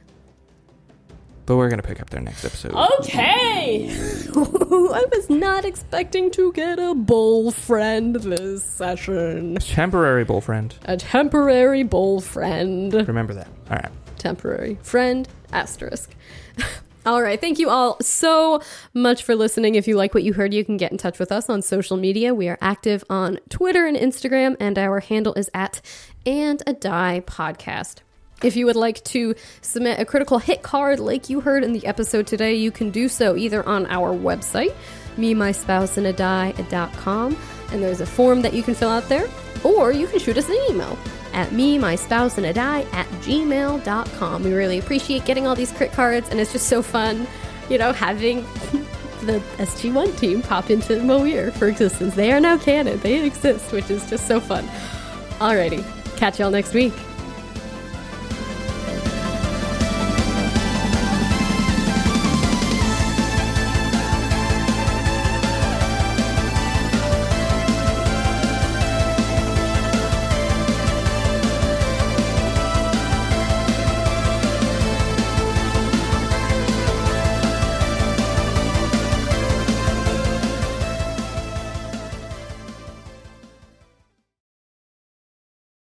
Speaker 1: But we're going to pick up their next episode.
Speaker 2: Oh. Okay. *laughs* I was not expecting to get a bull friend this session.
Speaker 1: Temporary bull friend.
Speaker 2: A temporary bull friend.
Speaker 1: Remember that. All right.
Speaker 2: temporary friend asterisk all right thank you all so much for listening if you like what you heard you can get in touch with us on social media we are active on twitter and instagram and our handle is at and a die podcast if you would like to submit a critical hit card like you heard in the episode today you can do so either on our website me my spouse and a die.com and there's a form that you can fill out there or you can shoot us an email at me, my spouse, and a die at gmail.com. We really appreciate getting all these crit cards, and it's just so fun, you know, having *laughs* the SG1 team pop into Moir for existence. They are now canon, they exist, which is just so fun. Alrighty, catch y'all next week.